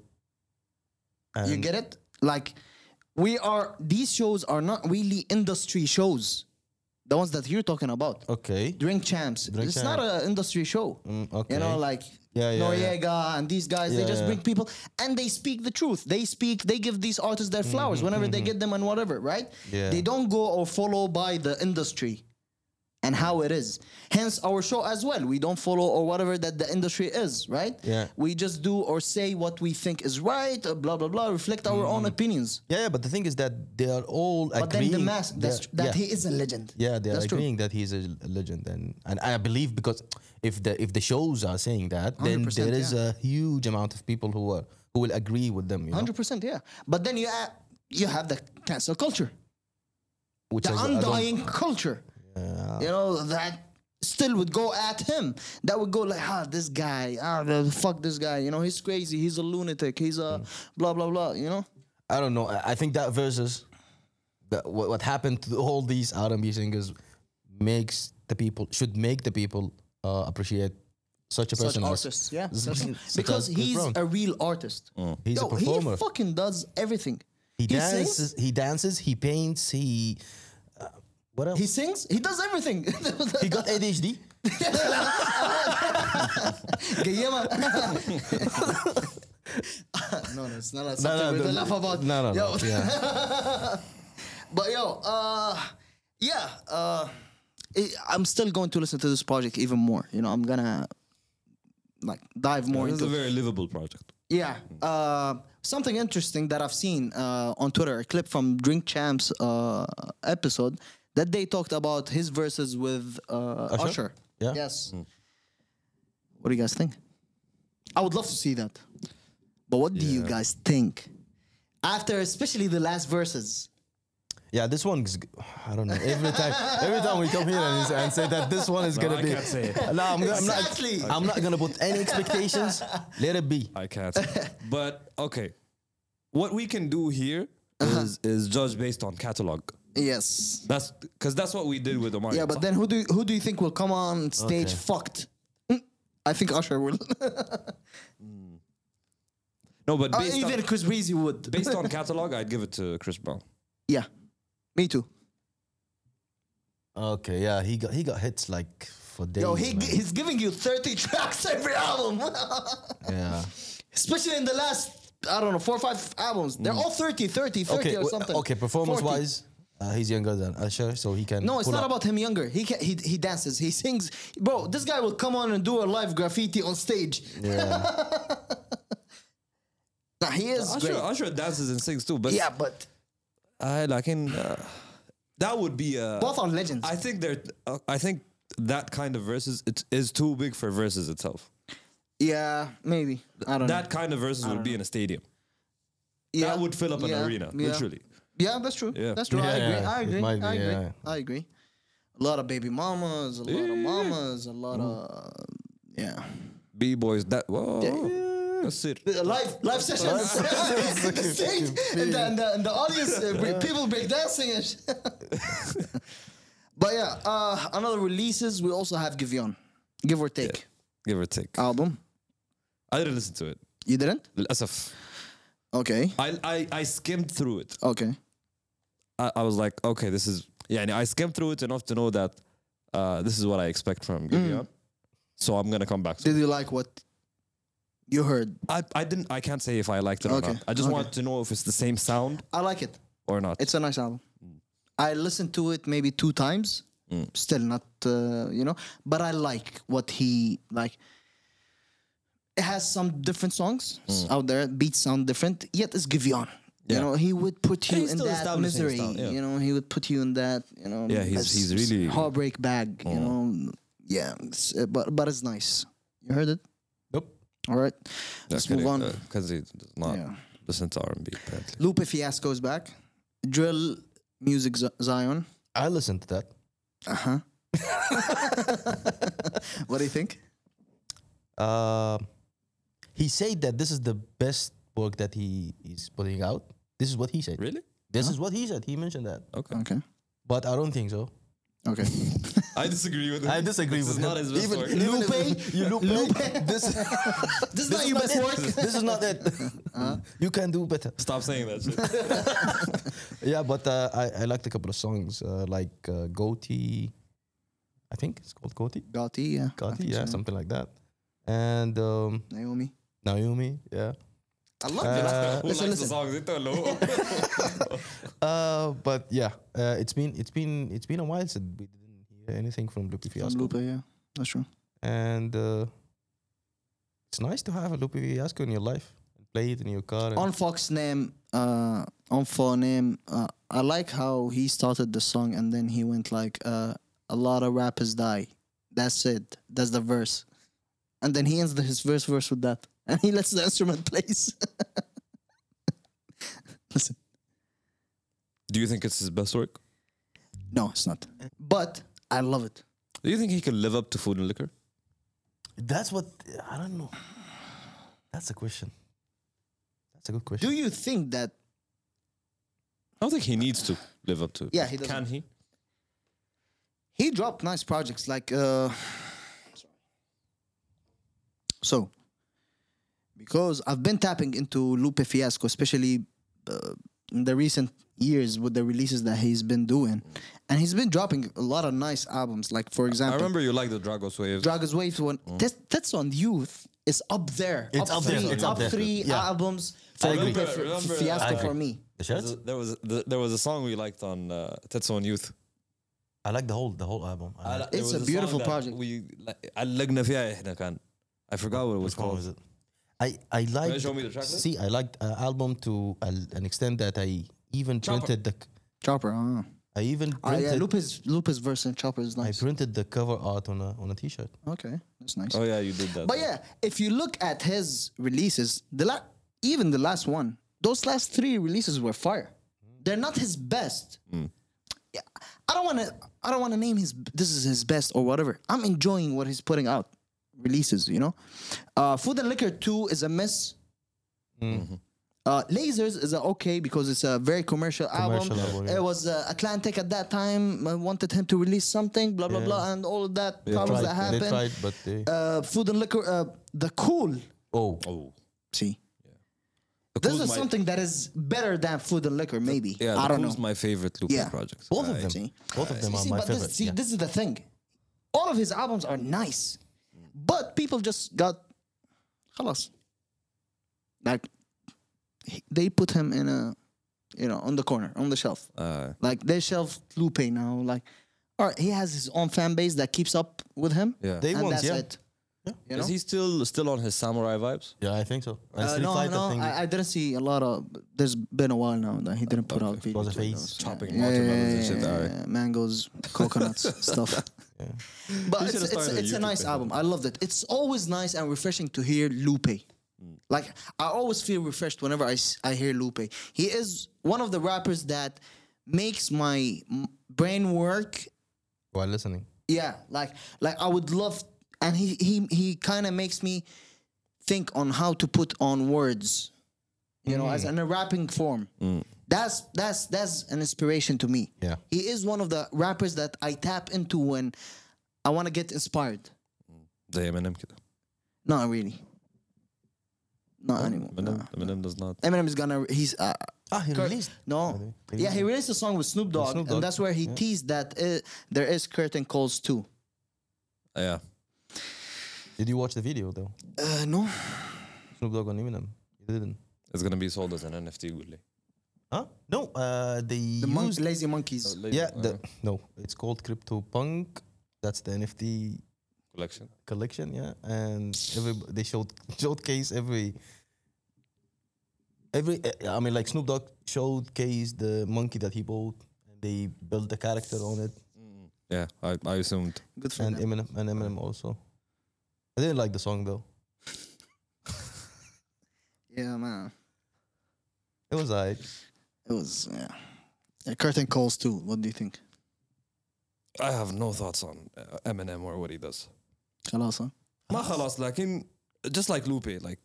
you get it? Like we are these shows are not really industry shows. The ones that you're talking about.
okay.
Drink champs.
Oh. Drink
it's not an industry show.
okay.
You know, like
Yeah, yeah, yeah.
Noriega and these guys, they
Yeah,
just
yeah.
bring people and they speak the truth. They speak, they give these artists their flowers whenever they get them and whatever, right?
Mm-hmm, Yeah.
They don't go or follow by the industry and how it is. Hence our show as well. We don't follow or whatever that the industry is, right?
Yeah.
We just do or say what we think is right, uh, blah blah blah, reflect our own
Mm-hmm.
opinions.
Yeah, yeah, but the thing is that they are all
But
agreeing.
then the mass that's
They're-
tr- that
yeah.
he is a legend.
Yeah, they're
That's true.
agreeing that he's a a legend, and and I believe because if the if the shows are saying that, then
100%,
there is
yeah.
a huge amount of people who are who will agree with them. You know,
Hundred percent, yeah. But then you uh, you have the cancel culture,
which
the
is- I don't-
undying culture. You know that still would go at him. That would go like, ah, this guy, ah, the- fuck this guy. You know, he's crazy. He's a lunatic. He's
Hmm.
a blah blah blah. You know.
I don't know. I I think that versus that what, what happened to all these R&B singers makes the people should make the people uh, appreciate such a
Such
person. as-
artists, yeah,
<laughs> as-
such-
such
because
as
he's
Brown.
a real artist.
Hmm. He's a
Yo,
performer.
He fucking does everything.
he
sings,
dances. He dances. He paints. He uh, what else?
He sings. He does everything. <laughs>
<laughs> he got ADHD.
Guillermo. no, no, it's not like something we don't laugh about.
No, no,
yo,
no. Yeah.
But yo, uh, yeah, uh, it, I'm still going to listen to this project even more. You know, I'm gonna like dive more
This is
into.
a very livable project.
Yeah. Uh, something interesting that I've seen uh, on Twitter, a clip from Drink Champs uh, episode that they talked about his verses with uh, Usher.
Usher? Yeah.
Yes. What do you guys think? I would love to see that. But what do you guys think? After especially the last verses.
Yeah, this one is. g- I don't know. Every time, every time we come here and, say- and say that this one is gonna
I
be.
can't say it.
No, I'm, gonna- I'm
Exactly.
not. I'm not gonna put any expectations. Let it be.
<laughs>
I can't. but okay, what we can do here is
Uh-huh.
is judge based on catalog.
Yes.
That's because that's what we did with Omar.
Yeah, but then who do you, who do you think will come on stage
Okay.
fucked? Mm, I think Usher will. <laughs>
no, but
Or
based
uh, even
on,
Chris Breezy would.
<laughs>
<laughs>
based on catalog, I'd give it to Chris Brown.
yeah. Me too.
Okay, yeah, he got he got hits like for days.
Yo, he,
man.
he's giving you 30 <laughs> tracks every album. <laughs>
yeah.
Especially in the last, I don't know, four or five albums. They're all 30, 30, 30
Hmm. Okay,
or
w-
something.
okay.
40.
Performance-wise, uh, he's younger than Usher, so he can.
No, it's
pull
not
up.
about him younger. He, can, he he dances, he sings. Bro, this guy will come on and do a live graffiti on stage.
<laughs> Yeah.
Nah, he is
Usher,
great.
Usher dances and sings too, but
Yeah, but
I like in uh, that would be a.
both are legends.
I think they're. Uh, I think that kind of verses it is too big for verses itself.
yeah, maybe. Mm-hmm. I don't
That
know.
kind of verses would be in a stadium.
Yeah.
That would fill up an
yeah,
arena,
yeah.
literally.
Yeah, that's true.
Yeah.
That's true. I
Yeah,
agree.
yeah,
I
it
agree.
might be,
I agree.
yeah.
I agree. A lot of baby mamas, a lot of mamas, a lot of yeah.
B boys, that whoa, that's it.
live live sessions <laughs>
<laughs>
in the stage and the, and the, and the audience uh, we- people break dancing and shit. <laughs> but yeah uh, another releases we also have Givion give or take
Give or take.
album
I didn't listen to it.
you didn't
للأسف.
okay
I I I skimmed through it.
okay
I, I was like, okay, this is yeah. I skimmed through it enough to know that uh, this is what I expect from Gideon. So I'm gonna come back. To
Mm. did
it.
you like what you heard
I I didn't. I can't say if I liked it
Okay,
or not. I just
okay.
want to know if it's the same sound
I like it
or not.
it's a nice album
Mm.
I listened to it maybe two times still not uh, you know but I like what he like it has some different songs out there. Beats sound different, yet it's Givion.
Mm. Yeah.
You know, he would put you
he's
in
still
that
establishing
misery.
his style, yeah.
You know, he would put you in that. You know,
Yeah, he's-
s-
he's
s-
really- Mm.
heartbreak bag. You know, yeah, it's, uh, but but it's nice. You heard it.
nope.
All right, let's move on.
because Uh, he does not
Yeah.
listen to R&B. Apparently,
Lupe Fiasco's back. Drill music Z- Zion.
I listened to that.
Uh-huh. What do you think?
Uh, he said that this is the best work that he is putting out. This is what he said.
really?
This is what he said. He mentioned that,
Okay.
Okay.
but I don't think so.
Okay.
I disagree with him.
I disagree
This
with
is
him.
not his best
Even
work.
Lupe, you Lupe, this, this
this
is
is not your best
it.
work.
This is not it. You can do better.
Stop saying that. Shit. <laughs>
Yeah, but uh, I, I liked a couple of songs uh, like uh, Goatee. I think it's called Goatee.
Gotti, yeah. I
Goatee,
think
yeah,
so.
something like that. And um,
Naomi.
Naomi, yeah.
I love uh,
Who
Listen,
likes the
listen.
songs? They don't know. <laughs>
Uh, but yeah, uh, it's been it's been it's been a while since we didn't hear anything from Lupe Fiasco,
Lupe, yeah. That's true.
and uh, it's nice to have a Lupe Fiasco in your life and play it in your car. And
on Fox name, uh, on for name, uh, I like how he started the song and then he went like, uh, "A lot of rappers die." That's it. That's the verse, and then he ends the, his verse verse with that, <laughs> and he lets the instrument plays. <laughs> Listen,
Do you think it's his best work?
no, it's not, but I love it.
Do you think he can live up to Food and Liquor?
That's what I don't know. That's a question. That's a good question.
Do you think that?
I don't think he needs to live up to it.
Yeah, he doesn't.
Can he?
he dropped nice projects like uh <sighs> so because i've been tapping into lupe fiasco especially uh, in the recent years with the releases that he's been doing and he's been dropping a lot of nice albums like for
I
example
remember Mm. you liked the Dragos wave.
Dragon's Wave one. That's, that's on youth. It's up there.
It's up there,
three,
it's
up
up there.
three
Yeah.
albums for
agree.
Lupe F-
Remember-
Fiasco
I
for
agree.
me.
The
There's
shirts?
a- there was th- there was a song we liked on uh, Tetsu on Youth.
I like the whole the whole album. I like-
Uh, there
It's
was
a
song
beautiful
that
project.
We like, علقنا فيها إحنا كان. I forgot what it was
Which one
called.
was it? I I like.
show me the track list?
see? I liked uh, album to uh, an extent that I even printed the. c-
Chopper.
uh-huh.
Uh,
I even
oh,
printed.
yeah, Lupe's Lupe's verse in Chopper is
I
nice.
printed the cover art on a on a T-shirt.
Okay, that's nice.
Oh yeah, you did that.
But yeah, if you look at his releases, the la- even the last one, those last three releases were fire. They're not his best.
Mm.
Yeah, I don't want to. I don't want to name his. This is his best or whatever. I'm enjoying what he's putting out. Releases, you know. Uh, Food and Liquor Two is a miss.
Mm-hmm.
Uh, Lasers is a okay because it's a very commercial,
Commercial
album.
album, yeah.
It was uh, Atlantic at that time uh, wanted him to release something, blah blah blah, and all of that problems
Tried-
that happened
They tried, but they.
uh, food and liquor, uh, the cool.
oh,
Oh.
See,
The
this
Cool's
is
my-
something that is better than food and liquor, maybe.
Yeah,
I
the
don't
Cool's
know.
my favorite Uh, Lupe
Yeah.
project.
both of them.
see.
Both of them
You
are
see,
my
but
favorite.
this, see,
yeah.
this is the thing. All of his albums are nice, but people just got خلاص. Like he- they put him in a, you know, on the corner, on the shelf.
Uh,
Like they shelf Lupe now. Like, all right, he has his own fan base that keeps up with him.
yeah.
They
and
won't,
that's
yeah.
it. You know?
Is he still still on his samurai vibes?
Yeah, I think so. And
Uh,
Street
no,
Fighter
no,
thing
I, I didn't see a lot of. There's been a while now that he didn't put out videos.
was a
like
phase.
those.
Chopping
Yeah,
watermelons
yeah,
and shit.
yeah,
Alright.
yeah, Mangoes,
<laughs>
coconuts, stuff. But it's, it's,
should've started a
it's a
YouTube
nice
channel.
album. I loved it. It's always nice and refreshing to hear Lupe.
Hmm.
Like I always feel refreshed whenever I, s- I hear Lupe. He is one of the rappers that makes my m- brain work
while listening.
yeah, like like I would love, and he he he kind of makes me think on how to put on words, you know,
Mm.
as in a rapping form. That's that's that's an inspiration to me.
Yeah.
he is one of the rappers that I tap into when I want to get inspired.
زي Eminem كده.
Not really. Not anymore.
Eminem,
no.
Eminem does not.
Eminem is gonna he's uh,
Ah, he
Cur-
released.
No.
He
Yeah,
released
he released a song with Snoop Dogg,
Snoop
and
Dogg.
that's where he teased that uh, there is curtain calls too.
Uh, Yeah.
Did you watch the video though?
Uh, no,
Snoop Dogg on Eminem. You didn't.
It's gonna be sold as an NFT, Gulli.
Huh? No. Uh, they
the monk,
used.
lazy monkeys.
yeah.
uh,
The, no, it's called Crypto Punk. That's the NFT
collection.
collection. Yeah, and every they showed <laughs> showcase every. Every uh, I mean, like Snoop Dogg showcased the monkey that he bought, and they built the character on it,
Mm.
Yeah, I, I assumed.
Good for
and
them.
Eminem and Eminem also. I didn't like the song though.
Yeah, man.
It was alright.
It was yeah. yeah. Curtain calls too. What do you think?
I have no thoughts on uh, Eminem or what he does.
خلاص huh?
ما خلاص لكن just like Lupe, like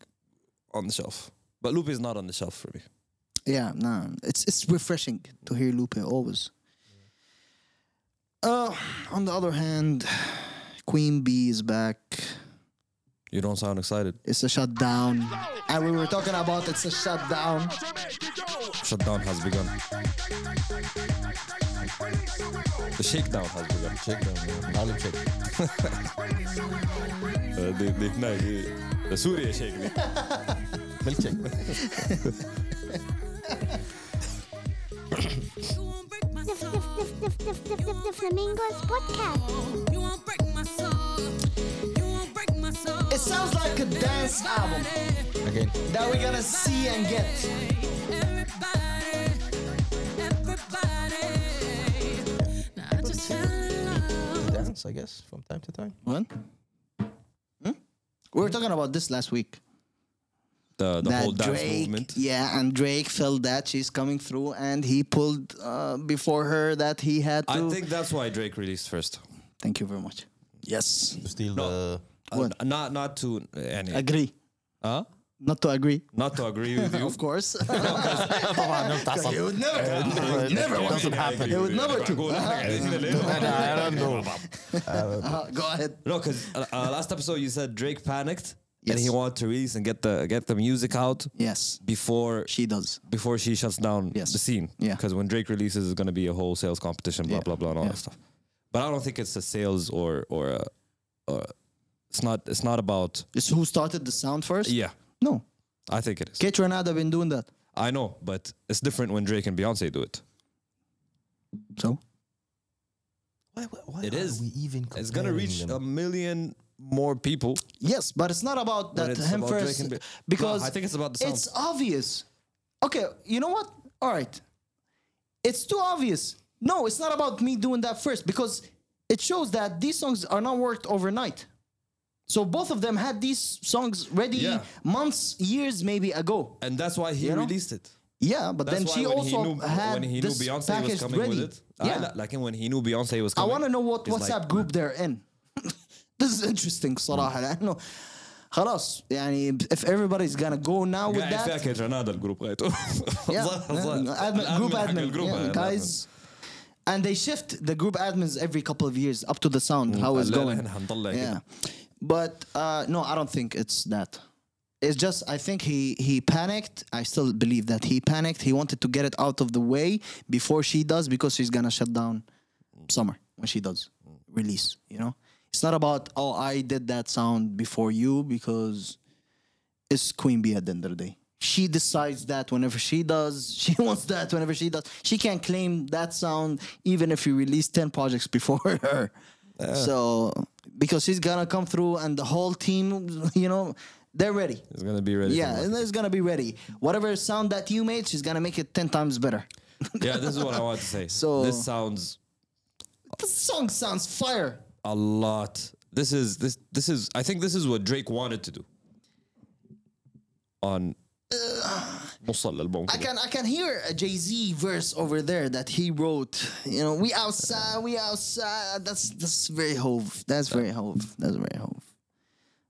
on the shelf. But Lupe is not on the shelf for me.
Yeah, nah. It's it's refreshing to hear Lupe always. Uh, on the other hand, Queen B is back.
You don't sound excited.
It's a shutdown, and we were talking about it's a shutdown.
Shutdown has begun. The shakedown has begun. Shakedown.
Harlem Shake.
دي دي هناك دي سوريا شيك دي
Milk Shake.
You won't break my
The, the,
soul.
the, the, the, the, the Flamingos podcast.
You won't break my soul. You won't break my soul.
It sounds like a dance album
Again.
that we're gonna see and get.
Everybody, everybody. Now I just fell in love.
dance, I guess, from time to time.
What? Hmm? We were talking about this last week.
the, the
that
whole dance
Drake,
movement
Yeah, and Drake felt that she's coming through, and he pulled uh, before her that he had to.
I think that's why Drake released first
Thank you very much. Yes.
to steal the.
Uh, n- not not to uh, any.
Agree.
huh?
Not to agree.
Not to agree with you.
Of course.
طبعا أنت عصب.
it would never happen. <laughs> Never happen.
Yeah, yeah, I agree
It
with
would
you.
never do.
بقول لك
<laughs>
<laughs> عايزين
I
نلم.
don't- I don't know.
Uh, Go ahead.
No, because uh, uh, last episode you said Drake panicked and
Yes.
he wanted to release and get the get the music out
Yes.
before
She does.
before she shuts down
Yes.
the scene.
Yeah.
Because when Drake releases, it's going to be a whole sales competition, blah
Yeah.
blah blah, and all
Yeah.
that stuff. But I don't think it's a sales or or, a, or it's not it's not about
It's who started the sound first?
yeah.
No.
I think it is.
Kate Renata been doing that.
I know, but it's different when Drake and Beyonce do it.
So?
Why, why, why
It
are
is.
We even
It's gonna
comparing
reach um,
them?
a million more people.
Yes, but it's not about
But
that
it's
him
about Drake
first
and Be-
because
No, I think it's about the sound.
It's obvious. Okay, you know what? All right, it's too obvious. No, it's not about me doing that first because it shows that these songs are not worked overnight. So both of them had these songs ready
Yeah.
months, years maybe ago.
and that's why he
You know?
released it.
Yeah, but
That's
then
why
she
when
also
he knew,
had
when he knew
this
Beyonce was
package
coming
ready.
with it. I
Yeah,
li- like him when he knew Beyonce was
I
coming.
want to know what
he's
WhatsApp
like,
group Mm. they're in. <laughs> this is interesting صراحة لأنه خلاص يعني if everybody's gonna go now with
قاعد فيها
that
كيت رنادا الجروب <laughs> غايته
<laughs> yeah,
ظهر- ظهر.
yeah, admin, group uh,
حق
admin,
الجروب،
yeah,
الأدمن.
guys and they shift the group admins every couple of years up to the sound how it's
لا، لا،
going
احنا هنطلع كده.
yeah but uh, no I don't think it's that it's just I think he he panicked I still believe that he panicked he wanted to get it out of the way before she does because she's gonna shut down summer when she does release you know it's not about oh I did that sound before you because it's Queen Bee at the end of the day. She decides that whenever she does, <laughs> she wants that whenever she does. She can't claim that sound even if you release 10 projects before <laughs> her. So, because she's gonna come through and the whole team, <laughs> you know, they're ready.
It's gonna be ready. for
Yeah,
that.
and it's gonna be ready. Whatever sound that you made, she's gonna make it 10 times better.
yeah. This is what I want to say.
So-
this sounds
This song sounds fire.
a lot. This is this this is. I think this is what Drake wanted to do. On نص الالبوم
I
كده.
can I can hear a Jay Z verse over there that he wrote. You know, we outside, we outside. That's that's very hove. That's very hove. That's very hove.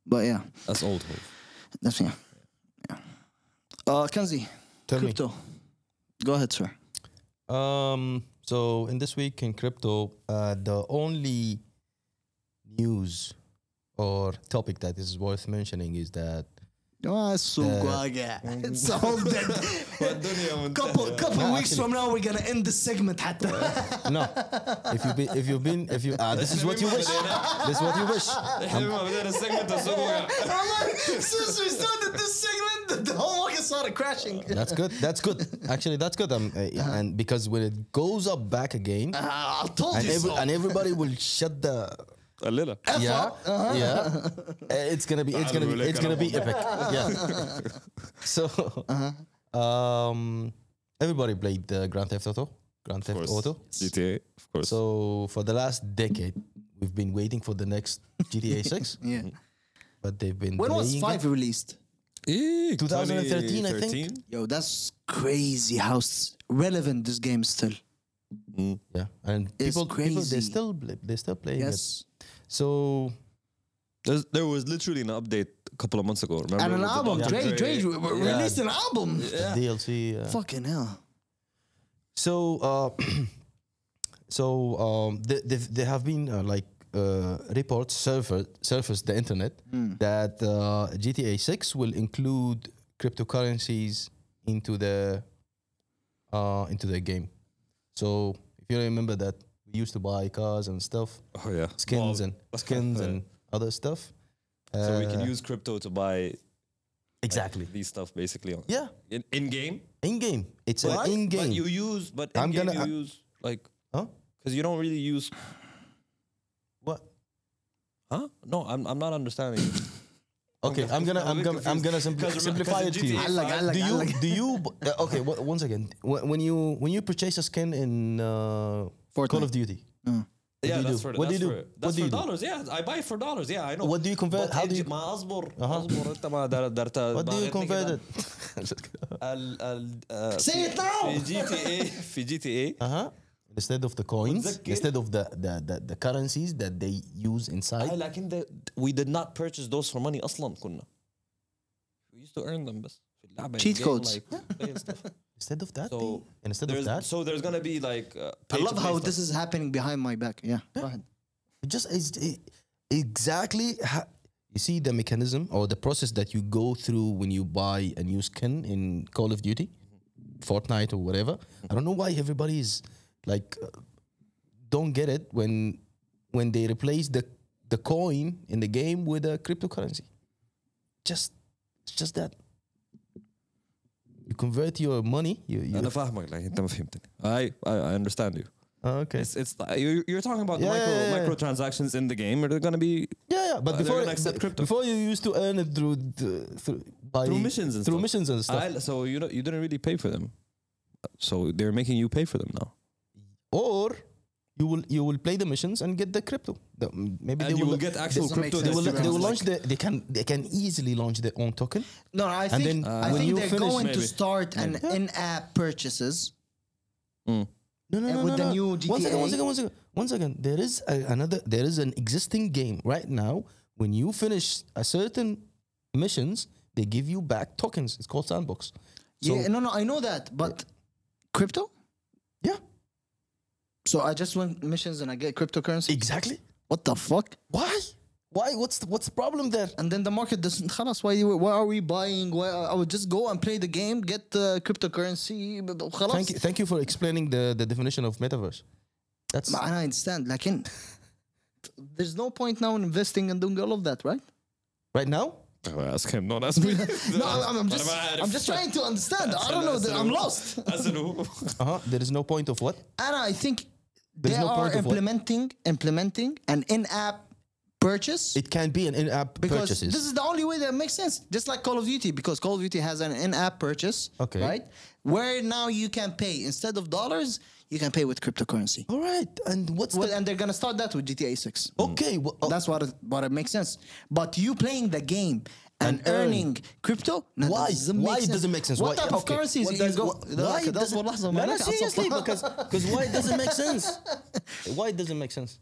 But yeah,
That's old. hope.
that's yeah. yeah. Uh, Kenzie,
Tell me.
crypto. Go ahead, sir.
Um, so in this week in crypto, uh, the only news or topic that is worth mentioning is that
Ah, سوقاقة. It's a whole dead. couple couple weeks from now, we're gonna end this segment. حتى. <laughs>
no, if you be, if you've been if you uh, this is what you wish. This is what you wish.
والله، Since we started this segment, the whole market started crashing.
That's good. That's good. Actually, that's good. Um, uh, and because when it goes up back again,
Uh-huh.
I told
and,
you
every,
so.
and everybody will shut the
قللها.
yeah
Uh-huh. <laughs>
yeah Uh, it's gonna be it's gonna be it's gonna be epic yeah so
Uh-huh.
um everybody played uh, grand theft auto grand theft auto
GTA, of course.
so for the last decade we've been waiting for the next
<laughs>
gta 6
Yeah.
but they've been
When was
delaying
five
it.
released?
2013, I think.
Yo, that's crazy how s- relevant this game is still.
yeah and
It's
people, people they
crazy.
still play, they still playing
Yes.
it so
There's, there was literally an update a couple of months ago. Remember?
And an
with the
album.
Dr.
Dre, Dre, re- re-
Yeah.
released an album.
dlc uh,
Fucking hell.
So, uh, <clears throat> so um, th- th- there have been uh, like uh, reports surfaced, surfaced the internet
Hmm.
that uh, GTA 6 will include cryptocurrencies into the uh, into the game. So, if you remember that we used to buy cars and stuff,
Oh yeah.
skins
Well, Uh,
and skins and other stuff.
So we
Uh,
can use crypto to buy
exactly.
these stuff basically. On,
Yeah,
In, in game.
in game. It's an in
But
game.
you use, but in
I'm
game
gonna- uh,
you use like
Huh?
because you don't really use.
What?
Huh? No, I'm I'm not understanding.
<clears throat> Okay, I'm gonna
I'm a
I'm
bit
gonna I'm
confused.
gonna simpli-
'Cause rem-
simplify it
'cause in
to you.
GTA
Like, I like,
do
I
you
like.
do you <laughs> bu- uh, okay w- one second Wh- when you when you purchase a skin in uh, Call of Duty
yeah,
do you do?
that's for
What do you
that's
do?
for-
What
That's
do
for
you do?
dollars. Yeah, I buy it for dollars. Yeah, I know.
What do you convert-
But
how do
it-
you- Uh-huh.
ما اصبر اصبر انت ما در- درت
what do you
باغتني
convert
كده.
it
ال ال
<laughs>
آه، uh,
Say it now!
في جي تي اي في جي تي اي
uh-huh
instead of the coins,
وتذكر-
instead of the, the, the, the currencies that they use
آه،
inside.
لكن they, we did not purchase those for money اصلا كنا. We used to earn them بس في اللعبة
Cheat
game,
codes.
like, play and
<laughs>
stuff.
Instead of that,
So,
they- instead of
There's-
that,
so there's gonna be like uh,
I
pay
love
to play
how
stuff.
this is happening behind my back. Yeah, go ahead.
it just is. It,
exactly ha- you see the mechanism or the process that you go through when you buy a new skin in call of duty fortnite or whatever i don't know why everybody is like uh, don't get it when when they replace the the coin in the game with a cryptocurrency just it's just that you convert your money you, you
انا فاهمك لكن انت ما فهمتني. I, I, I understand you.
Ah, okay
It's, it's you're, you're talking about
Yeah,
micro,
yeah, yeah.
microtransactions in the game. Are they gonna be
Yeah, yeah, but
Uh, they're
before
gonna accept crypto.
before you used to earn it through th- through, by,
through missions and
through
stuff.
missions and stuff.
I- so you know you didn't really pay for them. So they're making you pay for them now.
or you will you will play the missions and get the crypto. The- maybe
And
they
you
will,
will get actual
doesn't
crypto.
make
they
that
will,
you
sense.
they
can-
will
Like-
launch the, they can they can easily launch their own token.
No, I
And
think
then, uh,
I
when
think
you
they're
finish,
going to
maybe.
start an in-app purchases.
No, no,
And
no,
with
no,
the
no.
new
One second, one
GTA.
second, one second, one second. There is a, another. There is an existing game right now. When you finish a certain missions, they give you back tokens. It's called sandbox. So,
yeah, no, no, I know that, but crypto.
yeah,
So I just went missions and I get cryptocurrency.
exactly.
What the fuck?
Why? Why? What's the, what's the problem there?
And then the market doesn't tell us why. You, why are we buying? Why I would just go and play the game, get the cryptocurrency. but- but خلاص.
Thank you, thank you for explaining the, the definition of metaverse. That's
But I understand. Like in, <laughs> there's no point now in investing and doing all of that, right?
right now.
Oh, ask him, not
<laughs>
ask me. <laughs>
No, I'm, I'm just,
عارف.
I'm just trying to understand. I don't know. I'm lost.
As in who?
Uh-huh. There is no point of what?
And I think
There's
they
no
are
point of what?
implementing, implementing an in-app purchase.
It can be an in-app
because
purchases.
this is the only way that makes sense. Just like Call of Duty, because Call of Duty has an in-app purchase,
Okay.
right? Where now you can pay instead of dollars, you can pay with cryptocurrency.
All right. And what's
Well,
the
and they're gonna start that with GTA 6.
Okay, well, uh,
That's what it, what it makes sense. But you playing the game and,
And earn.
earning crypto, no, that
Why?
doesn't
Why it doesn't make sense?
What
Why-
type of
okay.
currency
What
is
does-
you go?
wha- why it doesn't-
No,
لا لا <laughs> seriously because because why it doesn't make sense? Why it doesn't make sense?
<laughs>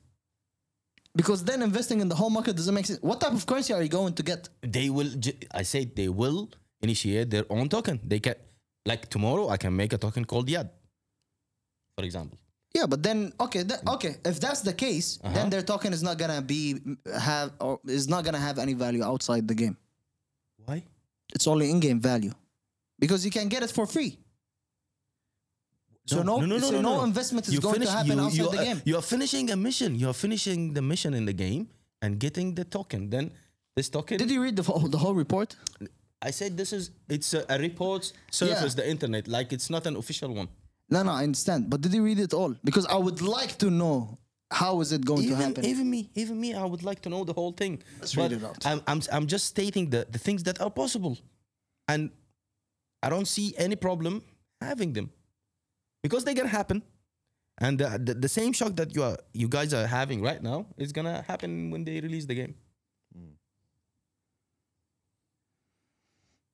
Because then investing in the whole market doesn't make sense. What type of currency are you going to get?
They will. ju- I say they will initiate their own token. They can, like tomorrow, I can make a token called Yad, for example.
Yeah, but then okay, th- okay. If that's the case,
Uh-huh.
then their token is not gonna be have or is not gonna have any value outside the game.
Why?
It's only in-game value, because you can get it for free. So no, so no, investment is
You
going
finish-
to happen
you-
outside
you
the
are-
game.
You are finishing a mission. You are finishing the mission in the game and getting the token. Then this token.
Did you read the whole, the whole report?
I said this is it's a, a report surface the internet like it's not an official one.
No, no, I understand. But did you read it all? Because I would like to know how is it going to
Even,
happen.
even me, even me, I would like to know the whole thing.
Let's read it out.
I'm, I'm I'm just stating the the things that are possible, and I don't see any problem having them because they can happen. And the, the, the same shock that you are you guys are having right now is gonna happen when they release the game.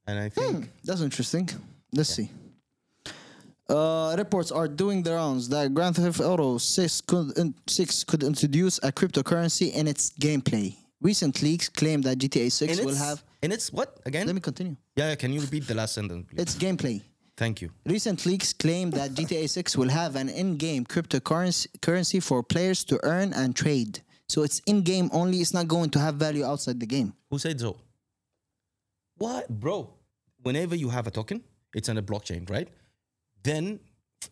And I
Hmm.
think
That's interesting. Let's see. Uh, reports are doing the rounds that Grand Theft Auto 6 could, in- 6 could introduce a cryptocurrency in its gameplay. Recent leaks claim that GTA 6
and
will
it's-
have.
and it's what again?
Let me continue.
yeah, yeah, can you repeat the last sentence? Please?
It's gameplay.
Thank you.
Recent leaks claim that GTA 6 will have an in-game cryptocurrency currency for players to earn and trade. So it's in-game only. It's not going to have value outside the game.
Who said so? What, bro? Whenever you have a token, it's on a blockchain, right? Then,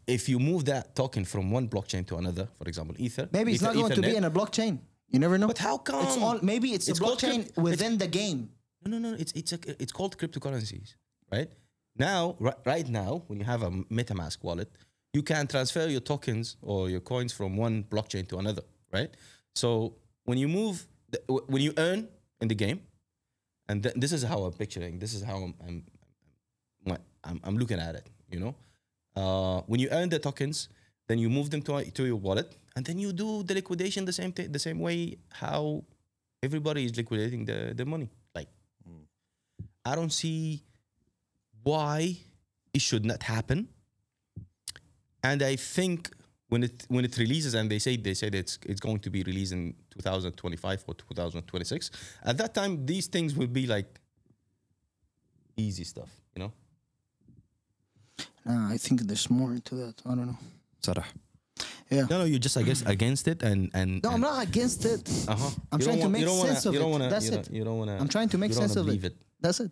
if you move that token from one blockchain to another, for example, Ether,
Maybe it's
Ether-
not going to be
Ethernet-
in a blockchain. You never know.
But how come?
It's all, maybe it's,
It's
a
called
blockchain
crypt-
within the game.
no, no, no. It's it's a, it's called cryptocurrencies, right? Now, right, right now, when you have a MetaMask wallet, you can transfer your tokens or your coins from one blockchain to another, right? So when you move, the, wh- when you earn in the game, and th- this is how I'm picturing. This is how I'm I'm, I'm, I'm, I'm looking at it. You know, uh, when you earn the tokens, then you move them to to your wallet, and then you do the liquidation the same t- the same way how everybody is liquidating the the money. Like, I don't see why it should not happen, and I think when it when it releases and they say they said it's it's going to be released in 2025 or 2026 at that time these things will be like easy stuff you know
Nah, I think there's more into that. I don't know.
Sarah.
no no you're just i guess <clears throat> against it and and
No, I'm not against it.
uh-huh.
I'm trying to make sense of
you don't
it.
Wanna,
That's
you don't-
it.
you don't want to
I'm trying to make sense of it. That's it.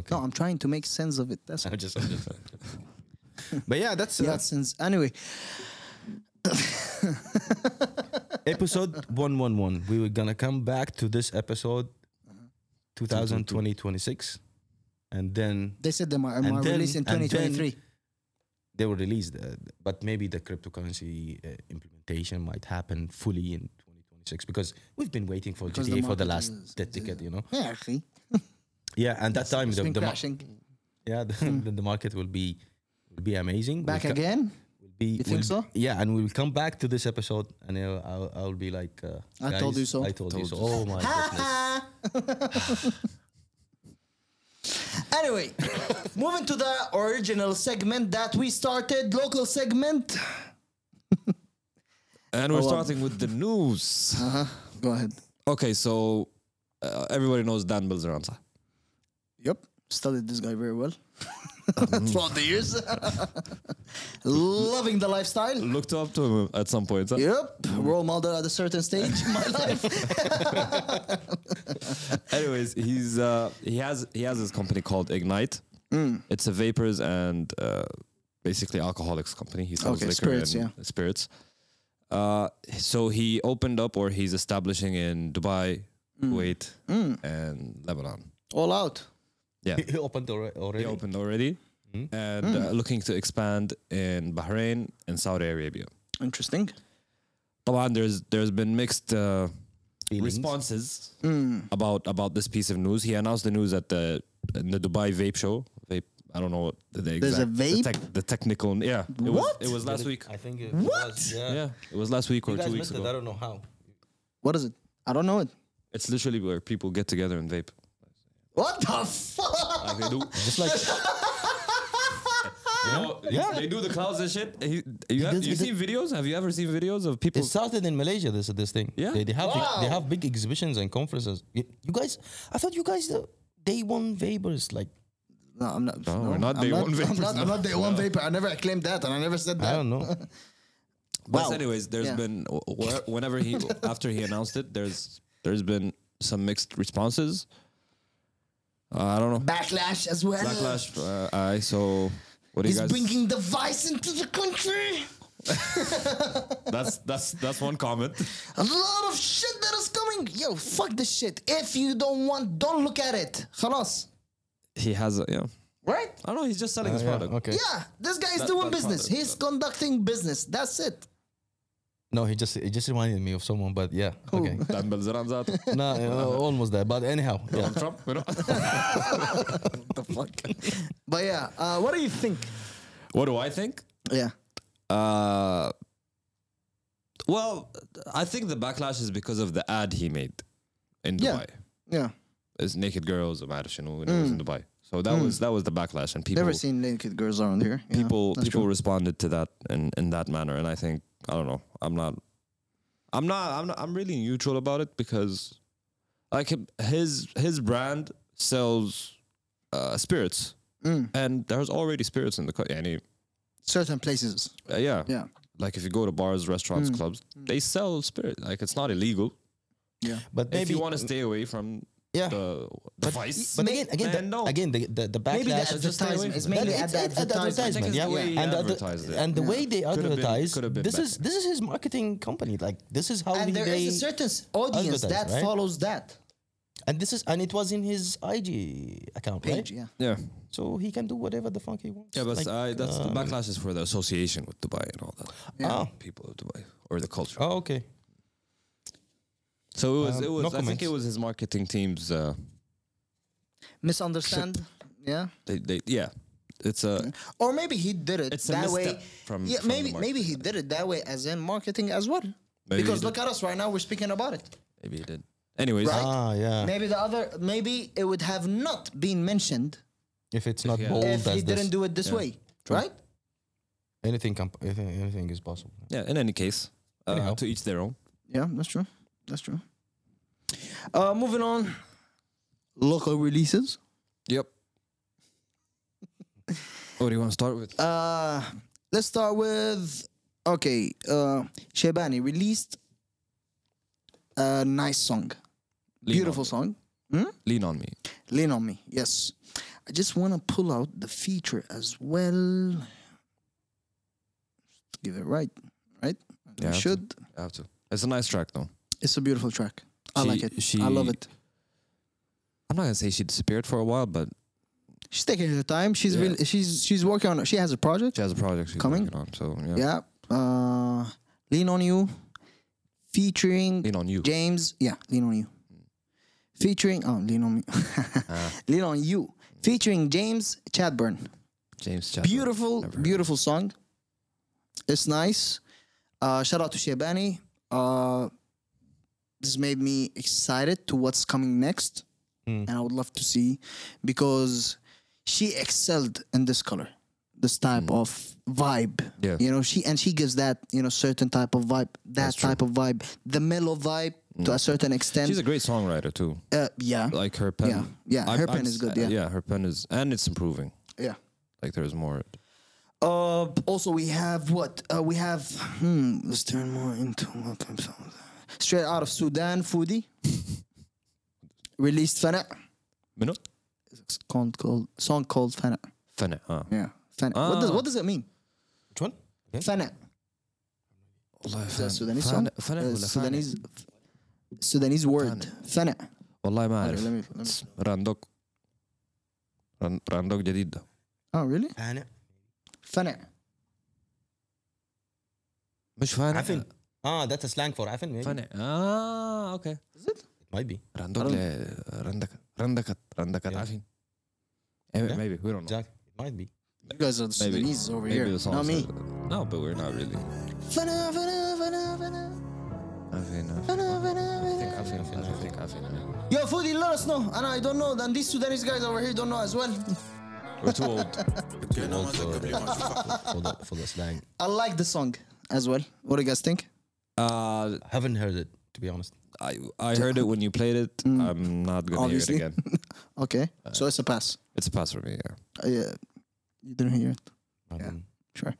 okay
No, I'm trying to make sense of it. That's
<laughs> I'm just, I'm just, I'm just- but yeah that's
yeah.
uh,
sense. Anyway,
episode 111 we were gonna come back to this episode
Uh-huh.
2020 26 and then
they said they might,
And
might
then-
release in
and then-
2023.
they were released uh, but maybe the cryptocurrency uh, implementation might happen fully in 2026 because we've been waiting for
Because the
GTA for the
market
last
is-
de- decade you know
yeah, actually,
yeah and that time
it's
the,
been
the, mar-
crashing
yeah the, the, the market will be will be amazing
back
We'll co-
again.
will be,
You think
will-
so?
yeah and we'll come back to this episode and I'll, I'll, I'll be like uh,
I told
guys,
you so.
I told, you so oh <laughs>
<laughs>
my goodness <laughs>
Anyway, moving to the original segment that we started, local segment.
And we're starting with the news.
Go ahead.
Okay, so uh, everybody knows Dan Bilzerian. صح؟
Yep. Studied this guy very well <laughs> throughout the years. <laughs> Loving the lifestyle.
Looked up to him at some point. صح؟
Yep. Role model at a certain stage in my life.
Anyways, he's uh, he has he has his company called Ignite.
Mm.
It's a vapors and uh, basically alcoholics company. He sells
Okay,
liquor
spirits,
and spirits. Uh, so he opened up or he's establishing in Dubai,
Mm.
Kuwait, and Lebanon.
<laughs> All out.
Yeah,
he opened alre- already
he opened already, and
Mm.
Uh, looking to expand in Bahrain and Saudi Arabia.
Interesting.
طبعا there's there's been mixed uh,
Feelings.
responses about about this piece of news. He announced the news at the in the Dubai Vape Show. Vape, I don't know what the, the
There's a
exact- the
vape?
tec- the technical yeah. It
What?
Was, it uh, was last week.
I think it
What?
was, yeah.
Yeah, it was last week or
You guys
two weeks
missed it. I
ago.
don't know how.
What is it? I don't know it.
It's literally where people get together and vape.
What the fuck?
Like they do just like. yeah, they do the clouds and shit. He- you have,
does-
you
he
seen videos? Have you ever seen videos of people?
It started in Malaysia. This this thing.
Yeah.
They, they have
Wow.
they have big exhibitions and conferences. You, you guys, I thought you guys uh, day one vapors like
No, I'm not.
No, we're not
I'm
day one
I'm
vapors,
not, I'm not day one vapor. I never claimed that, and I never said
I
that.
don't know.
But
Wow.
anyways, there's
Yeah.
been wh- whenever he <laughs> after he announced it, there's there's been some mixed responses. Uh, I don't know
Backlash as well.
backlash. Uh, I so what do you
He's
guys?
bringing the vice into the country.
<laughs> that's that's that's one comment.
A lot of shit that is coming. Yo, fuck this shit. If you don't want, don't look at it. Khalas.
He has a, yeah.
Right?
I don't know. He's just selling his product. <laughs>
okay.
Yeah, this guy is
That-
doing
that
business.
product,
He's conducting business. That's it.
No, he just it just reminded me of someone, but yeah. Okay.
Dan Bilzerian zaten. <laughs>
no, uh, almost there. But anyhow, yeah.
Trump, you <laughs> know?
The fuck. but yeah, uh, what do you think?
what do I think?
Yeah.
Uh, well, I think the backlash is because of the ad he made in Dubai.
Yeah. Yeah.
It's naked girls of Irish, you know, when he
Mm.
was in Dubai. So that was that was the backlash, and people
Never seen naked girls around here. Yeah,
people
that's
people
true.
responded to that in, in that manner and i think i don't know i'm not i'm not i'm not i'm really neutral about it because like his his brand sells uh, spirits
Mm.
and there's already spirits in the country any
certain places.
uh, yeah
Yeah.
like if you go to bars restaurants
Mm.
clubs they sell spirit like it's not illegal
But
if
maybe
you want to stay away from
Yeah.
the, the vice
But again, again,
then
the,
no.
again, the the, the
Maybe the
backlash.
just stay away
advertisement.
from
It's
it.
mainly
That-
at
it's-
the
it's at the
advertisement.
advertisement,
I think it's
yeah,
the way he
and, the other-
advertised it.
and the way they
Could've been-
advertise,
could've been
this
better.
is this is his marketing company. Like this is how he
And there
they,
is a certain s- audience
advertise,
that
right?
follows that
and this is and it was in his IG account, right?
page. Yeah.
yeah
so he can do whatever the fuck he wants.
yeah but uh,
Like,
I, that's the
um,
backlash is for the association with dubai and all that
Oh.
people of dubai or the culture
oh, okay.
So it was.
Um,
it
no
was. I think
comments.
it was his marketing team's. Uh,
Misunderstand. Yeah.
they, they, yeah, it's uh, a.
Or maybe he did it
It's a
that way.
misstep from-
yeah,
from the
maybe maybe he did it that way as in marketing as well.
Maybe
because
he
look at us right now, we're speaking about it.
Maybe he did. Anyways,
Right.
Ah, yeah.
Maybe the other maybe it would have not been mentioned
If it's not
Yeah.
bold
if
as
he didn't
this.
do it this way. Right?
Anything, can, anything, anything is possible.
Yeah, in any case, uh,
Anyhow.
to each their own.
Yeah, that's true. That's true. Uh, moving on. Local releases.
Yep. what do you want to start with?
Uh, let's start with okay. Uh, Shebani released a nice song,
Lean
beautiful
on me.
song.
Lean on me.
Lean on me. Yes, I just want to pull out the feature as well. Give it right, right? I
Yeah, I have to.
should.
I have to. It's a nice track though.
It's a beautiful track. I
She-
like it.
she-
I love it.
I'm not gonna say she disappeared for a while, but
She's taking her time. She's
Yeah.
really, she's she's working on. She has a project.
she has a project she's
Coming?
working on. So yeah.
Yeah. Uh, Lean on You featuring
Lean on you.
James. Yeah, Lean on You. Featuring, oh, Lean on Me. <laughs> Lean on You. Featuring James Chadburn.
James Chadwick.
Beautiful,
Never heard
beautiful song. It's nice. Uh, shout out to Shebani. Uh, this made me excited to what's coming next.
Hmm.
And I would love to see because she excelled in this color, this type of vibe.
Hmm. Yeah.
You know, she and she gives that, you know, certain type of vibe, that type of vibe, the mellow vibe to a certain extent.
Hmm. She's a great songwriter too.
uh, yeah.
Like um, her pen.
Yeah, yeah, her pen is
s-
good,
uh,
yeah.
yeah, her pen is, and it's improving.
yeah.
Like there's more.
Uh, also, we have what? Uh, we have. Hmm, let's turn more into what comes on. Straight out of Sudan, <laughs> Foodie. Released Fana.
You know,
It's called, called, song called Fana.
Fene, uh.
Yeah. Fana. What, does,
Ah.
what does it mean?
Which one? Again?
Fana.
والله
Eh? Is that
فن-
Sudanese
فن-
song?
فن
Uh,
ولا فن؟
Sudanese, Sudanese word. Fana.
والله ما
Okay, let
اعرف
me, let me.
راندوك ران- راندوك جديد ده
Oh, really?
Fana.
Fana.
مش فن
عفن. Ah, that's a slang for عفن. Maybe.
فن اه اوكي
It might be.
راندوك ل- راندك راندكت راندكت
Yeah.
عفن
Yeah.
maybe we don't know
Exactly. It might be.
You guys are the
maybe
Sudanese over
maybe
here.
the song
Not me.
no but we're not really
Fana, Fana, Fana, Fana.
عفن عفن عفن عفن عفن
Yo, Foodie, let us know. And I don't know. And these Sudanese guys over here don't know as well.
we're too old
Too old for, for, the, for the slang.
I like the song as well. What do you guys think?
uh,
I haven't heard it, to be honest.
I, I heard it when you played it I'm not gonna
Obviously.
<laughs> hear it again
Okay, so it's a pass.
it's a pass for me yeah
Uh, yeah, you didn't hear it.
I don't-
Sure.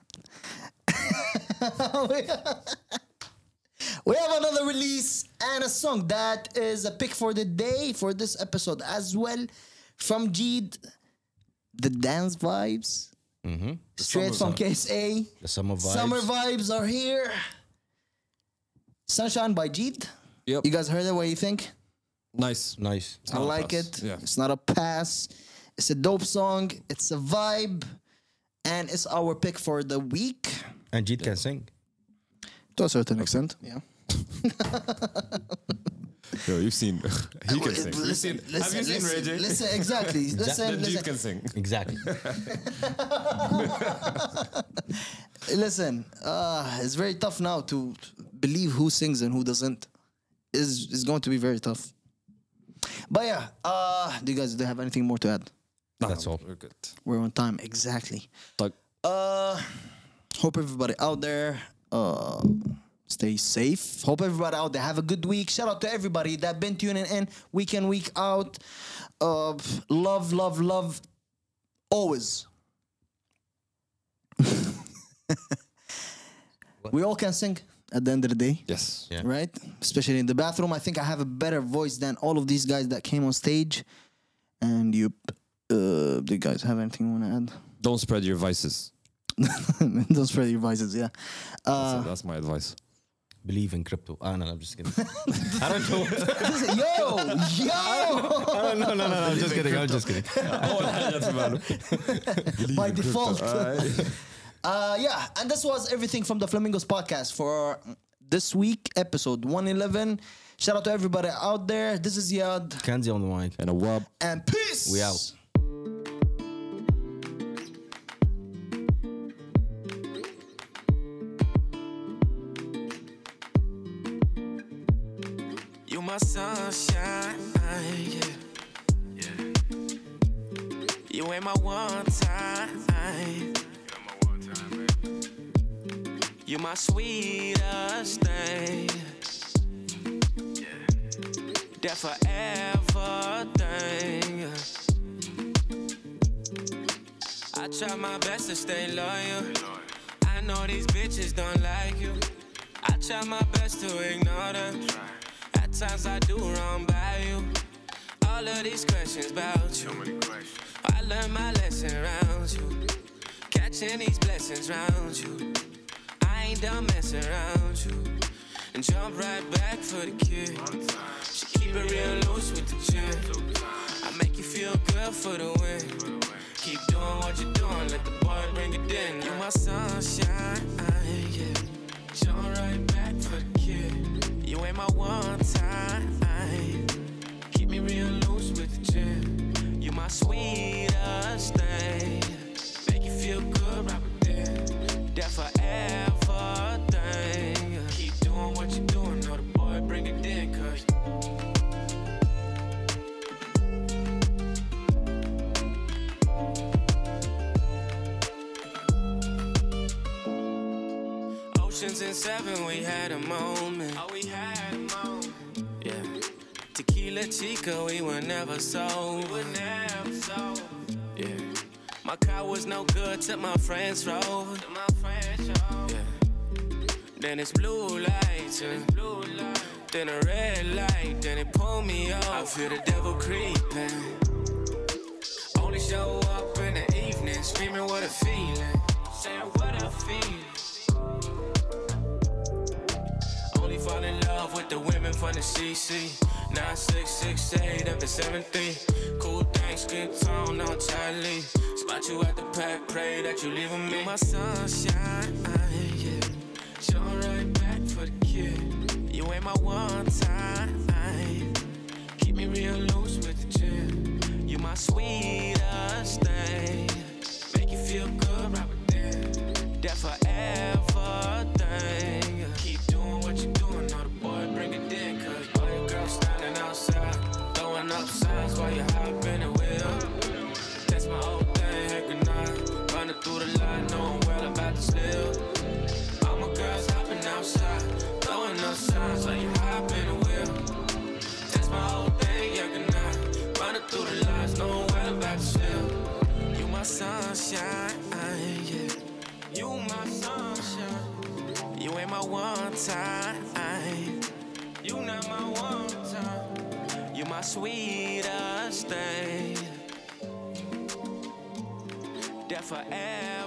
<laughs> we have another release and a song that is a pick for the day for this episode as well from Jeed, the dance vibes straight from KSA.
The summer vibes.
Summer vibes are here. Sunshine by Jeed.
Yep.
You guys heard it? What do you think?
nice
Nice.
I
not a
like
pass.
it.
Yeah.
It's not a pass. It's a dope song. It's a vibe. And it's our pick for the week.
And Jeet can sing.
To a certain extent. Yeah.
<laughs> Yo, you've seen <laughs> he can sing
Listen, listen, listen, listen,
<laughs>
exactly. listen,
Then you
listen.
can sing.
<laughs>
Exactly.
Listen, uh, it's very tough now to believe who sings and who doesn't. Is is going to be very tough. But yeah, uh, do you guys do you have anything more to add?
That's all.
We're good.
We're on time, exactly.
Like,
Uh, hope everybody out there uh, stay safe. Hope everybody out there have a good week. Shout out to everybody that been tuning in week in week out. Uh, love, love, love, always. we all can sing at the end of the day
yes.
Yeah.
right? Especially in the bathroom. I think I have a better voice than all of these guys that came on stage. And you, uh, do you guys have anything you want to
Don't spread your vices.
<laughs> add? Don't spread your voices, yeah. Uh,
So that's my advice.
Believe in crypto. Ah, no, no, I'm just
<laughs>
kidding. <laughs> I don't know.
yo, yo!
no, no, no, no, I'm just kidding. I'm just kidding.
By default. <laughs> Uh, yeah, and this was everything from the Flamingos podcast for this week, episode 111. Shout out to everybody out there. This is Yad,
Kenzie on the mic.
And a wub.
and peace!
We out.
You my sunshine. yeah. You ain't my one time. You my sweetest thing. That forever thing. I try my best to stay loyal. I know these bitches don't like you. I try my best to ignore them. At times I do wrong by you. All of these questions about you. I learned my lesson around you. Catching these blessings round you. I ain't done messing around you. And jump right back for the kid. She keep it real loose with the chin. I make you feel good for the win. Keep doing what you're doing, let the boy bring it in. You my sunshine, yeah. Jump right back for the kid. You ain't my one time. Keep me real loose with the gin. You my sweetest thing. Make you feel good right within. That forever thing. Keep doing what you're doing, know the boy bring it in, cause. Oceans and seven, we had a moment. Oh, we had a moment. Yeah. Tequila chica, we were never sold. We were never sold. Yeah. My car was no good, took my friends roll. Took my friends roll. Yeah. Then it's blue lights, and it's blue light. Then a red light, then it pulled me off. I feel the devil creeping. Only show up in the evening, screaming what a feeling. Saying what a feeling. Only fall in love with the women from the CC. 9668 up to 73. Cool things, good tone, no Charlie. Spot you at the pack, pray that you leaving me. You my sunshine, yeah. Jump right back for the kid. You ain't my one time. Keep me real loose with the gin. You my sweetest thing. Make you feel good right within. That forever thing. Keep doing what you're doing, all the boy bring it in. Cause all your girls standing outside, throwing up signs while you hop in the wheel. That's my old thing, heck and I. Running through the line, knowing well about the slip. All my girls hopping outside, throwing up signs while you hop in the wheel. That's my whole thing, yeah, good night. Running through the lines, knowing well about the shit. You my sunshine, yeah. You my sunshine. You ain't my one time. You not my one time. You my sweetest thing. That forever.